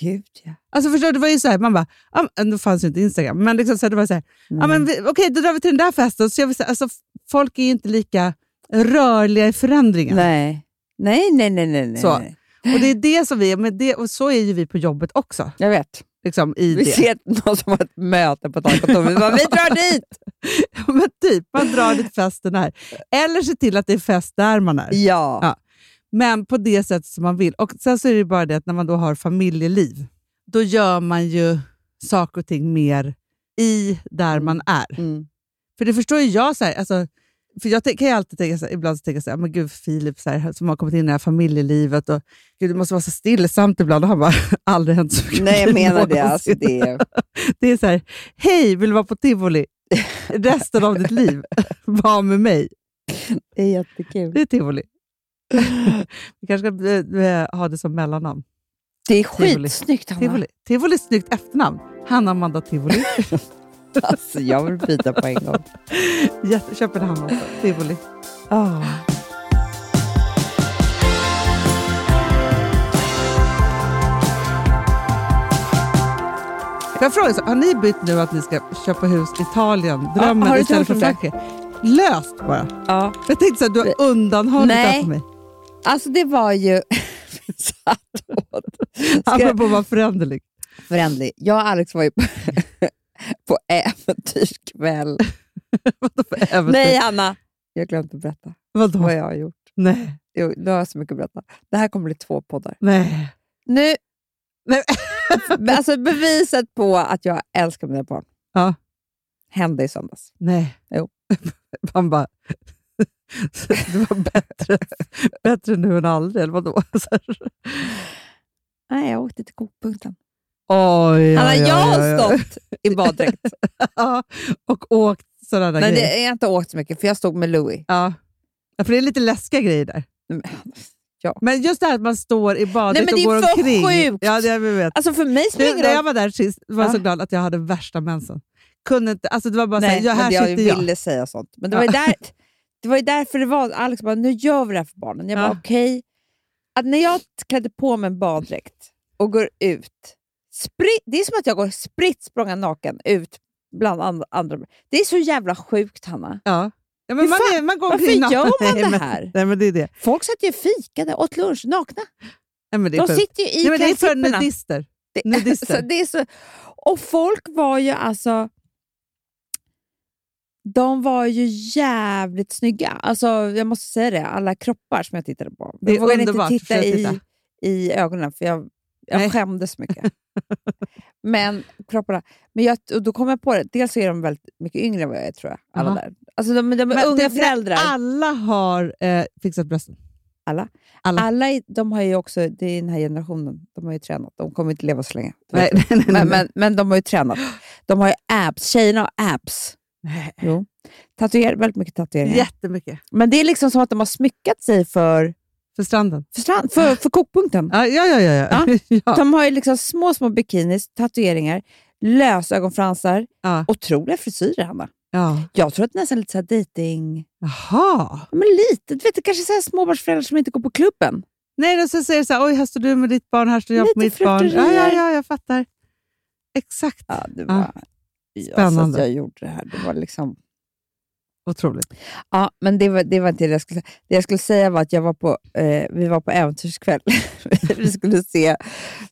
Speaker 3: Gud, ja.
Speaker 2: Alltså förstår du, det var ju så här, man bara, ja, men- då fanns ju inte Instagram, men liksom så här, det var så här, Ja, men vi, okej, då drar vi till den där festen. Så jag vill säga, alltså, folk är ju inte lika rörliga i förändringen.
Speaker 3: nej. Nej, nej, nej, nej, nej.
Speaker 2: Så.
Speaker 3: nej.
Speaker 2: Och det är det som vi är, men det, och så är ju vi på jobbet också.
Speaker 3: Jag vet.
Speaker 2: Liksom, i
Speaker 3: Vi
Speaker 2: det.
Speaker 3: ser någon som har ett möte på takkontoret. Vi bara, vi drar dit!
Speaker 2: men typ, man drar dit festen är. Eller se till att det är fest där man är.
Speaker 3: Ja.
Speaker 2: Ja. Men på det sätt som man vill. Och Sen så är det ju bara det att när man då har familjeliv, då gör man ju saker och ting mer i där man är.
Speaker 3: Mm.
Speaker 2: För det förstår ju jag, så här, alltså, För jag tän- kan ju alltid tänka så här, ibland så tänker jag så här, men gud Filip så här, som har kommit in i det här familjelivet och gud, det måste vara så stillsamt ibland. Och han bara, aldrig hänt så mycket
Speaker 3: Nej, jag menar
Speaker 2: någonsin."
Speaker 3: det. Alltså, det är...
Speaker 2: Det är så här, hej, vill du vara på tivoli resten av ditt liv? Var med mig.
Speaker 3: det är jättekul.
Speaker 2: Det är tivoli. Vi kanske ska eh, ha det som mellannamn.
Speaker 3: Det är
Speaker 2: Tivoli.
Speaker 3: skitsnyggt, Hanna.
Speaker 2: Tivoli. Tivoli är ett snyggt efternamn. Hanna Amanda Tivoli.
Speaker 3: Alltså, jag vill byta på en gång.
Speaker 2: Jätte- Köpenhamn också. Tivoli.
Speaker 3: Ah.
Speaker 2: Får jag fråga, så, har ni bytt nu att ni ska köpa hus i Italien? Drömmen
Speaker 3: har du
Speaker 2: istället för
Speaker 3: gjort det?
Speaker 2: Frankrike? Löst bara.
Speaker 3: Ja.
Speaker 2: Jag tänkte så att du har undanhållit det här
Speaker 3: Nej.
Speaker 2: för mig.
Speaker 3: Alltså, det var ju... Satt åt. Ska jag-
Speaker 2: Apropå att vara föränderlig.
Speaker 3: Föränderlig. Jag och Alex var ju på, på äventyrskväll.
Speaker 2: Vadå för äventyr?
Speaker 3: Nej, Hanna! Jag har glömt att berätta
Speaker 2: Vadå?
Speaker 3: vad jag har gjort.
Speaker 2: Nej.
Speaker 3: Jo, nu har jag så mycket att berätta. Det här kommer bli två poddar.
Speaker 2: Nej.
Speaker 3: Nu,
Speaker 2: Nej.
Speaker 3: Men alltså beviset på att jag älskar mina barn
Speaker 2: Ja.
Speaker 3: hände i söndags.
Speaker 2: Nej.
Speaker 3: Jo.
Speaker 2: Han bara, det var bättre, bättre nu än aldrig, eller vadå? Så här.
Speaker 3: Nej, jag åkte till kokpunkten.
Speaker 2: Oj, ja, ja,
Speaker 3: Hanna, jag
Speaker 2: ja,
Speaker 3: har
Speaker 2: ja.
Speaker 3: stått i baddräkt.
Speaker 2: Ja, och åkt sådana
Speaker 3: Men
Speaker 2: grejer.
Speaker 3: det, jag har inte åkt så mycket, för jag stod med Louis.
Speaker 2: Ja. ja, för det är lite läskiga grejer där.
Speaker 3: Men-
Speaker 2: Men just det här att man står i badet
Speaker 3: Nej, men
Speaker 2: och
Speaker 3: det är
Speaker 2: går
Speaker 3: för
Speaker 2: omkring.
Speaker 3: sjukt!
Speaker 2: Ja, det jag vet.
Speaker 3: Alltså för mig spelar det
Speaker 2: Du,
Speaker 3: ingen
Speaker 2: när jag
Speaker 3: roll.
Speaker 2: var där sist var jag så
Speaker 3: Ja.
Speaker 2: glad att jag hade värsta mensen. Kunde inte, alltså det var bara
Speaker 3: Nej,
Speaker 2: såhär, ja, här
Speaker 3: men jag
Speaker 2: sitter jag.
Speaker 3: ville säga sånt. Men det var, ju där, det var ju därför det var, Alex bara, nu gör vi det här för barnen. Jag
Speaker 2: Ja.
Speaker 3: bara, okej. Att när jag klädde på mig en baddräkt och går ut, spri- det är som att jag går spritt språnga naken ut bland and- andra. Det är så jävla sjukt, Hanna.
Speaker 2: Ja. Ja,
Speaker 3: Hur
Speaker 2: men man,
Speaker 3: fan-
Speaker 2: är- man går
Speaker 3: varför
Speaker 2: omkring
Speaker 3: gör
Speaker 2: naken.
Speaker 3: man
Speaker 2: Nej,
Speaker 3: det
Speaker 2: men-
Speaker 3: här?
Speaker 2: Nej, men det är det.
Speaker 3: Folk satt ju och fikade, åt lunch, nakna.
Speaker 2: Nej, men det är
Speaker 3: De
Speaker 2: för,
Speaker 3: sitter ju i
Speaker 2: nej, men det är för
Speaker 3: kalsipporna.
Speaker 2: nudister.
Speaker 3: Det-
Speaker 2: Nudister.
Speaker 3: Så det är så, och folk var ju alltså... De var ju jävligt snygga. Alltså, jag måste säga det, alla kroppar som jag tittade på.
Speaker 2: Det är
Speaker 3: Jag vågade inte
Speaker 2: underbart.
Speaker 3: titta
Speaker 2: Försök
Speaker 3: i,
Speaker 2: titta.
Speaker 3: i ögonen, för jag,
Speaker 2: Nej.
Speaker 3: jag skämdes så mycket. Men kropparna. Men jag, och då kom jag på det, dels är de väldigt mycket yngre än vad jag är, tror jag. Alla
Speaker 2: Jaha.
Speaker 3: där. Alltså, de, de är
Speaker 2: Mm. Men det är
Speaker 3: unga
Speaker 2: för
Speaker 3: föräldrar.
Speaker 2: Alla har eh, fixat brösten.
Speaker 3: Alla.
Speaker 2: alla.
Speaker 3: alla i- de har ju också, det är den här generationen, de har ju tränat. De kommer inte leva så länge. Det
Speaker 2: Nej,
Speaker 3: vet jag.
Speaker 2: nej, nej, nej.
Speaker 3: Men, men, men de har ju tränat. De har ju abs. Tjejerna har abs.
Speaker 2: Nej.
Speaker 3: Jo. Tatuer, väldigt mycket tatueringar.
Speaker 2: Jättemycket.
Speaker 3: Men det är liksom som att de har smyckat sig för,
Speaker 2: För stranden.
Speaker 3: för, strand, för, för kokpunkten.
Speaker 2: Ja, ja, ja. ja. ja. Ah. ja.
Speaker 3: De har ju liksom små, små bikinis, tatueringar, lösögonfransar,
Speaker 2: ja.
Speaker 3: otroliga frisyrer, Hanna.
Speaker 2: ja.
Speaker 3: Jag tror att det är nästan lite så här dating...
Speaker 2: Jaha.
Speaker 3: Ja, men lite. Du vet, det kanske är så här småbarnsföräldrar som inte går på klubben.
Speaker 2: Nej, då så säger det så här, oj, här står du med ditt barn, här står jag
Speaker 3: Lite
Speaker 2: med mitt barn. Ja, ja,
Speaker 3: flörterier.
Speaker 2: ja, jag fattar. Exakt.
Speaker 3: Ja, det
Speaker 2: Ja.
Speaker 3: var... Ja, så att
Speaker 2: Ah. Spännande.
Speaker 3: jag gjorde det här. Det var liksom...
Speaker 2: Otroligt.
Speaker 3: Ja, men det var, det var inte det jag skulle säga. Det jag skulle säga var att jag var på, eh, vi var på äventyrskväll. vi, skulle se,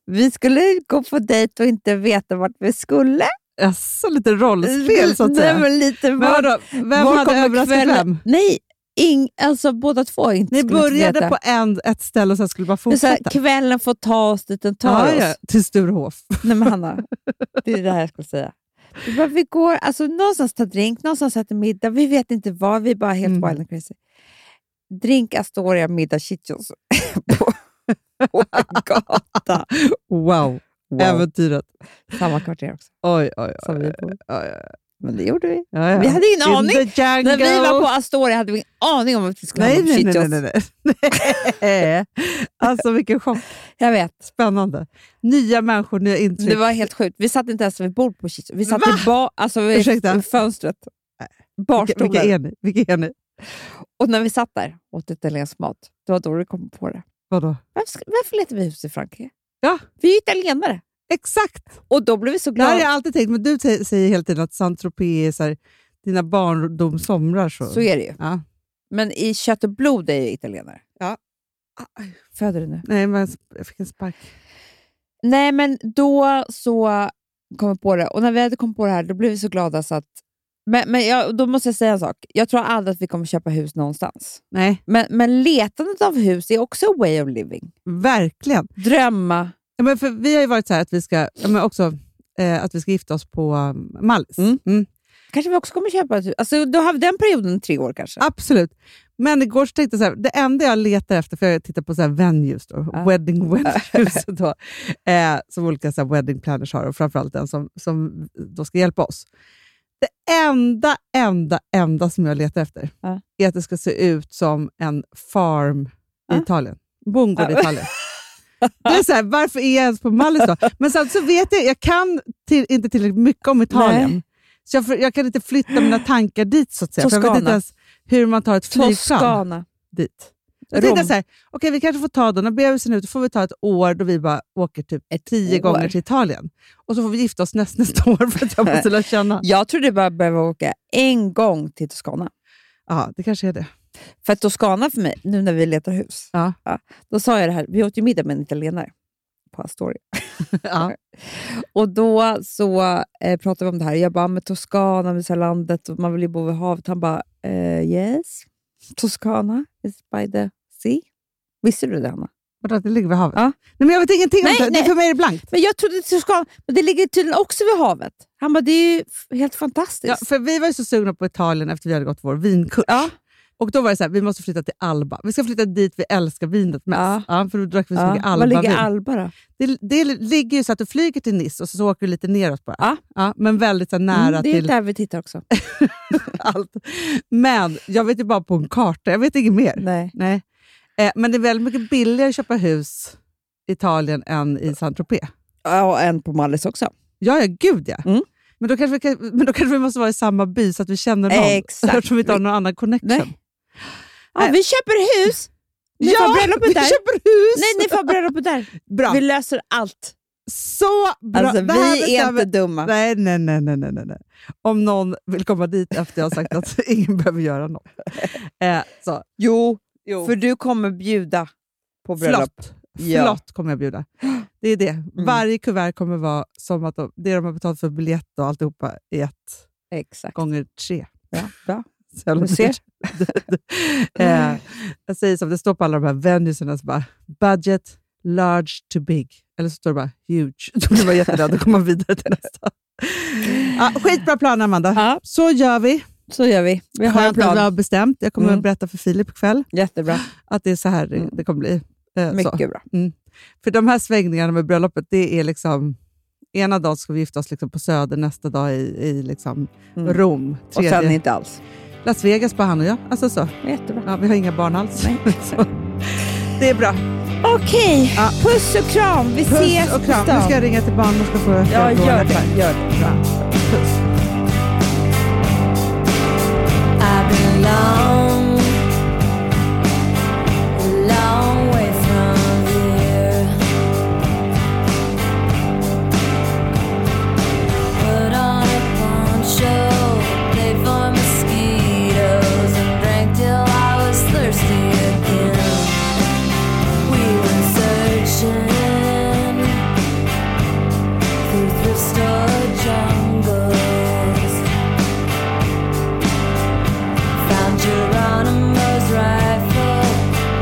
Speaker 3: vi skulle gå på dejt och inte veta vart vi skulle.
Speaker 2: Jaså, Alltså, lite rollspel så att
Speaker 3: Nej,
Speaker 2: säga. Men
Speaker 3: men lite var,
Speaker 2: vadå, vem
Speaker 3: var
Speaker 2: hade
Speaker 3: kommer
Speaker 2: överraskat
Speaker 3: kvällen?
Speaker 2: vem?
Speaker 3: Nej, ing, alltså båda två inte
Speaker 2: Ni
Speaker 3: skulle inte
Speaker 2: började
Speaker 3: veta.
Speaker 2: på en, ett ställe och sen skulle bara
Speaker 3: Men så här,
Speaker 2: fortsätta.
Speaker 3: kvällen får ta oss dit den tar
Speaker 2: Ja,
Speaker 3: oss.
Speaker 2: ja, till Sturehof.
Speaker 3: Nej, men Hanna, det är det här jag skulle säga. Vi, bara, vi går, alltså, någonstans tar drink, någonstans äter middag, vi vet inte vad, vi är bara helt
Speaker 2: Mm.
Speaker 3: wild and crazy. Drink Astoria, middag Chichos på, på en gata.
Speaker 2: Oh Wow, äventyret.
Speaker 3: Samma kvarter också
Speaker 2: Oj, oj, oj.
Speaker 3: som vi bor.
Speaker 2: Ja, ja,
Speaker 3: Men det gjorde vi.
Speaker 2: ja, ja.
Speaker 3: Vi hade ingen
Speaker 2: In
Speaker 3: aning.
Speaker 2: the jungle.
Speaker 3: När vi var på Astoria hade vi ingen aning om att vi skulle
Speaker 2: Nej,
Speaker 3: handla på
Speaker 2: nej,
Speaker 3: Chichos.
Speaker 2: nej, nej, nej. nej. Alltså vilken chock.
Speaker 3: Jag vet,
Speaker 2: Spännande. Nya människor, nya intryck.
Speaker 3: det var helt sjukt. Vi satt inte ens vid bord på Chichos. Vi satt i ba, alltså vid
Speaker 2: Ursäkta?
Speaker 3: vid fönstret.
Speaker 2: vilka, vilka
Speaker 3: Barstolar.
Speaker 2: är ni? Vilka är ni?
Speaker 3: Och när vi satt där och åt italiensk mat, det var då vi kom på det.
Speaker 2: Vadå?
Speaker 3: Varför, ska- varför letar vi hus i Frankrike?
Speaker 2: Ja.
Speaker 3: Vi är ju italienare.
Speaker 2: Exakt.
Speaker 3: Och då blev vi så
Speaker 2: Det här har
Speaker 3: glada.
Speaker 2: jag alltid tänkt, men du sä- säger hela tiden att Saint-Tropez är så här, dina barndomssomrar. Så.
Speaker 3: Så är det ju.
Speaker 2: ja.
Speaker 3: Men i kött och blod är jag italienare. Ah,
Speaker 2: Ja.
Speaker 3: Föder du nu?
Speaker 2: Nej, men jag fick en spark.
Speaker 3: Nej, men då så kom vi på det. Och när vi hade kommit på det här, då blev vi så glada så att... Men, men jag, då måste jag säga en sak. Jag tror aldrig att vi kommer köpa hus någonstans.
Speaker 2: Nej,
Speaker 3: Men, men letandet av hus är också a way of living.
Speaker 2: verkligen.
Speaker 3: Drömma.
Speaker 2: Ja, men för vi har ju varit så här att vi ska, ja, men också, eh, att vi ska gifta oss på um, Mallis.
Speaker 3: Mm. kanske vi också kommer köpa. Typ. Alltså, då har vi den perioden tre år kanske.
Speaker 2: Absolut. Men igår så tänkte jag så här, det enda jag letar efter, för jag tittar på så här venues, då,
Speaker 3: Ja.
Speaker 2: wedding venues, då, eh, som olika så här wedding planners har, och framförallt den som, som då ska hjälpa oss. Det enda, enda, enda som jag letar efter
Speaker 3: Ja.
Speaker 2: är att det ska se ut som en farm i
Speaker 3: Ja.
Speaker 2: Italien. Bondgård i
Speaker 3: Ja.
Speaker 2: Italien. Det är så här, varför är jag ens på Mallis då? Men samtidigt så vet jag, jag kan till, inte tillräckligt mycket om Italien.
Speaker 3: Nej.
Speaker 2: Så jag, får- jag kan inte flytta mina tankar dit så att säga. För jag vet inte
Speaker 3: Toscana.
Speaker 2: ens hur man tar ett flygplan
Speaker 3: Toscana.
Speaker 2: dit. Jag tänkte
Speaker 3: Typ Rom.
Speaker 2: så här, okej vi kanske får ta den. När bebisen är ute får vi ta ett år då vi bara åker typ
Speaker 3: Ett
Speaker 2: tio
Speaker 3: år.
Speaker 2: gånger till Italien. Och så får vi gifta oss näst, nästa år för att jag måste lära känna.
Speaker 3: Jag trodde bara behöva åka en gång till Toscana.
Speaker 2: Ja, det kanske är det.
Speaker 3: För att Toscana för mig, nu när vi letar hus,
Speaker 2: Ja.
Speaker 3: då sa jag det här, vi åt ju middag med en italienare på Astoria.
Speaker 2: Ja.
Speaker 3: Och då så eh, pratade vi om det här. Jag bara, med Toscana, med så här landet, och man vill ju bo vid havet. Han bara, eh, yes. Toscana is by the sea. Visste du det, Hanna?
Speaker 2: Vadå, det ligger vid havet?
Speaker 3: Ja.
Speaker 2: Nej, men jag vet ingenting
Speaker 3: Nej,
Speaker 2: om det. det.
Speaker 3: nej.
Speaker 2: För mig är det blankt.
Speaker 3: Men jag trodde Toscana, men det ligger tydligen också vid havet. Han bara, det är ju f- helt
Speaker 2: Ja,
Speaker 3: fantastiskt.
Speaker 2: för vi var ju så sugna på Italien efter vi hade gått vår vinkurs.
Speaker 3: Ja.
Speaker 2: Och då var det så här, vi måste flytta till Alba. Vi ska flytta dit vi älskar vinet mest. Ja.
Speaker 3: Ja.
Speaker 2: för då drack vi så mycket
Speaker 3: Var
Speaker 2: Alba-vin.
Speaker 3: ligger Alba då?
Speaker 2: Det, det ligger ju så att du flyger till Nice och så åker du lite neråt bara.
Speaker 3: Ja.
Speaker 2: men väldigt så här nära
Speaker 3: Mm, det är
Speaker 2: till
Speaker 3: där vi tittar också.
Speaker 2: allt. Men jag vet ju bara på en karta, jag vet inget mer.
Speaker 3: Nej.
Speaker 2: Nej. Eh, men det är väldigt mycket billigare att köpa hus i Italien än i Saint-Tropez.
Speaker 3: Ja, och en på Mallis också.
Speaker 2: Ja, ja, gud ja.
Speaker 3: Mm.
Speaker 2: Men, då kanske vi kan, men då kanske vi måste vara i samma by så att vi känner någon.
Speaker 3: Exakt.
Speaker 2: Eftersom vi inte har någon annan connection.
Speaker 3: Nej. Ja,
Speaker 2: Nej.
Speaker 3: vi köper hus! Ni
Speaker 2: Ja,
Speaker 3: får
Speaker 2: vi
Speaker 3: bröllopet där.
Speaker 2: köper hus!
Speaker 3: Nej, ni får bröllopet där.
Speaker 2: Bra.
Speaker 3: Vi löser allt.
Speaker 2: Så bra!
Speaker 3: Alltså,
Speaker 2: Det här
Speaker 3: vi är
Speaker 2: bestämmer-
Speaker 3: inte dumma.
Speaker 2: Nej, nej, nej, nej, nej, nej, nej. Om någon vill komma dit efter jag har sagt att ingen behöver göra något. Eh, så.
Speaker 3: Jo,
Speaker 2: Jo.
Speaker 3: för du kommer bjuda på bröllop.
Speaker 2: Flott.
Speaker 3: Ja. Mm.
Speaker 2: Flott kommer jag bjuda. Det är det. Varje kuvert kommer vara som att de, det de har betalat för biljett och alltihopa är ett
Speaker 3: Exakt.
Speaker 2: gånger tre.
Speaker 3: Ja, bra.
Speaker 2: Så jävla
Speaker 3: Du ser.
Speaker 2: dyrt. eh, jag säger som det står på alla de här venuesen, så bara, budget large to big. Eller så står det bara huge. Då blir man jätterädd att komma vidare till nästa. Ja, skitbra plan, Amanda.
Speaker 3: Ja.
Speaker 2: Så gör vi.
Speaker 3: Så gör vi. Vi har en
Speaker 2: Skönt att vi
Speaker 3: plan.
Speaker 2: har bestämt. Jag kommer
Speaker 3: Mm.
Speaker 2: att berätta för Filip ikväll
Speaker 3: Jättebra.
Speaker 2: att det är så här det-
Speaker 3: Mm.
Speaker 2: det kommer bli. Eh, så.
Speaker 3: Mycket bra.
Speaker 2: För de här svängningarna med bröllopet, det är liksom... Ena dagen ska vi gifta oss liksom på Söder, nästa dag i, i liksom
Speaker 3: Mm.
Speaker 2: Rom.
Speaker 3: Och
Speaker 2: Tredje,
Speaker 3: sen inte alls.
Speaker 2: Las Vegas bara han och jag. Alltså så.
Speaker 3: Jättebra.
Speaker 2: Ja, vi har inga barn alls.
Speaker 3: Nej.
Speaker 2: så. Det är bra.
Speaker 3: Okej,
Speaker 2: Ja.
Speaker 3: puss och kram. Vi ses
Speaker 2: Puss och
Speaker 3: på
Speaker 2: kram. Nu
Speaker 3: stan.
Speaker 2: ska jag ringa till barnmorskan och fråga
Speaker 3: Ja,
Speaker 2: hur
Speaker 3: gör
Speaker 2: går.
Speaker 3: det. Gör det. Bra.
Speaker 2: Puss.
Speaker 4: I belong a long way from here. Put on a poncho, play for mosquitoes, and drank till I was thirsty again. We were searching through thrift store jungles. Found Geronimo's rifle,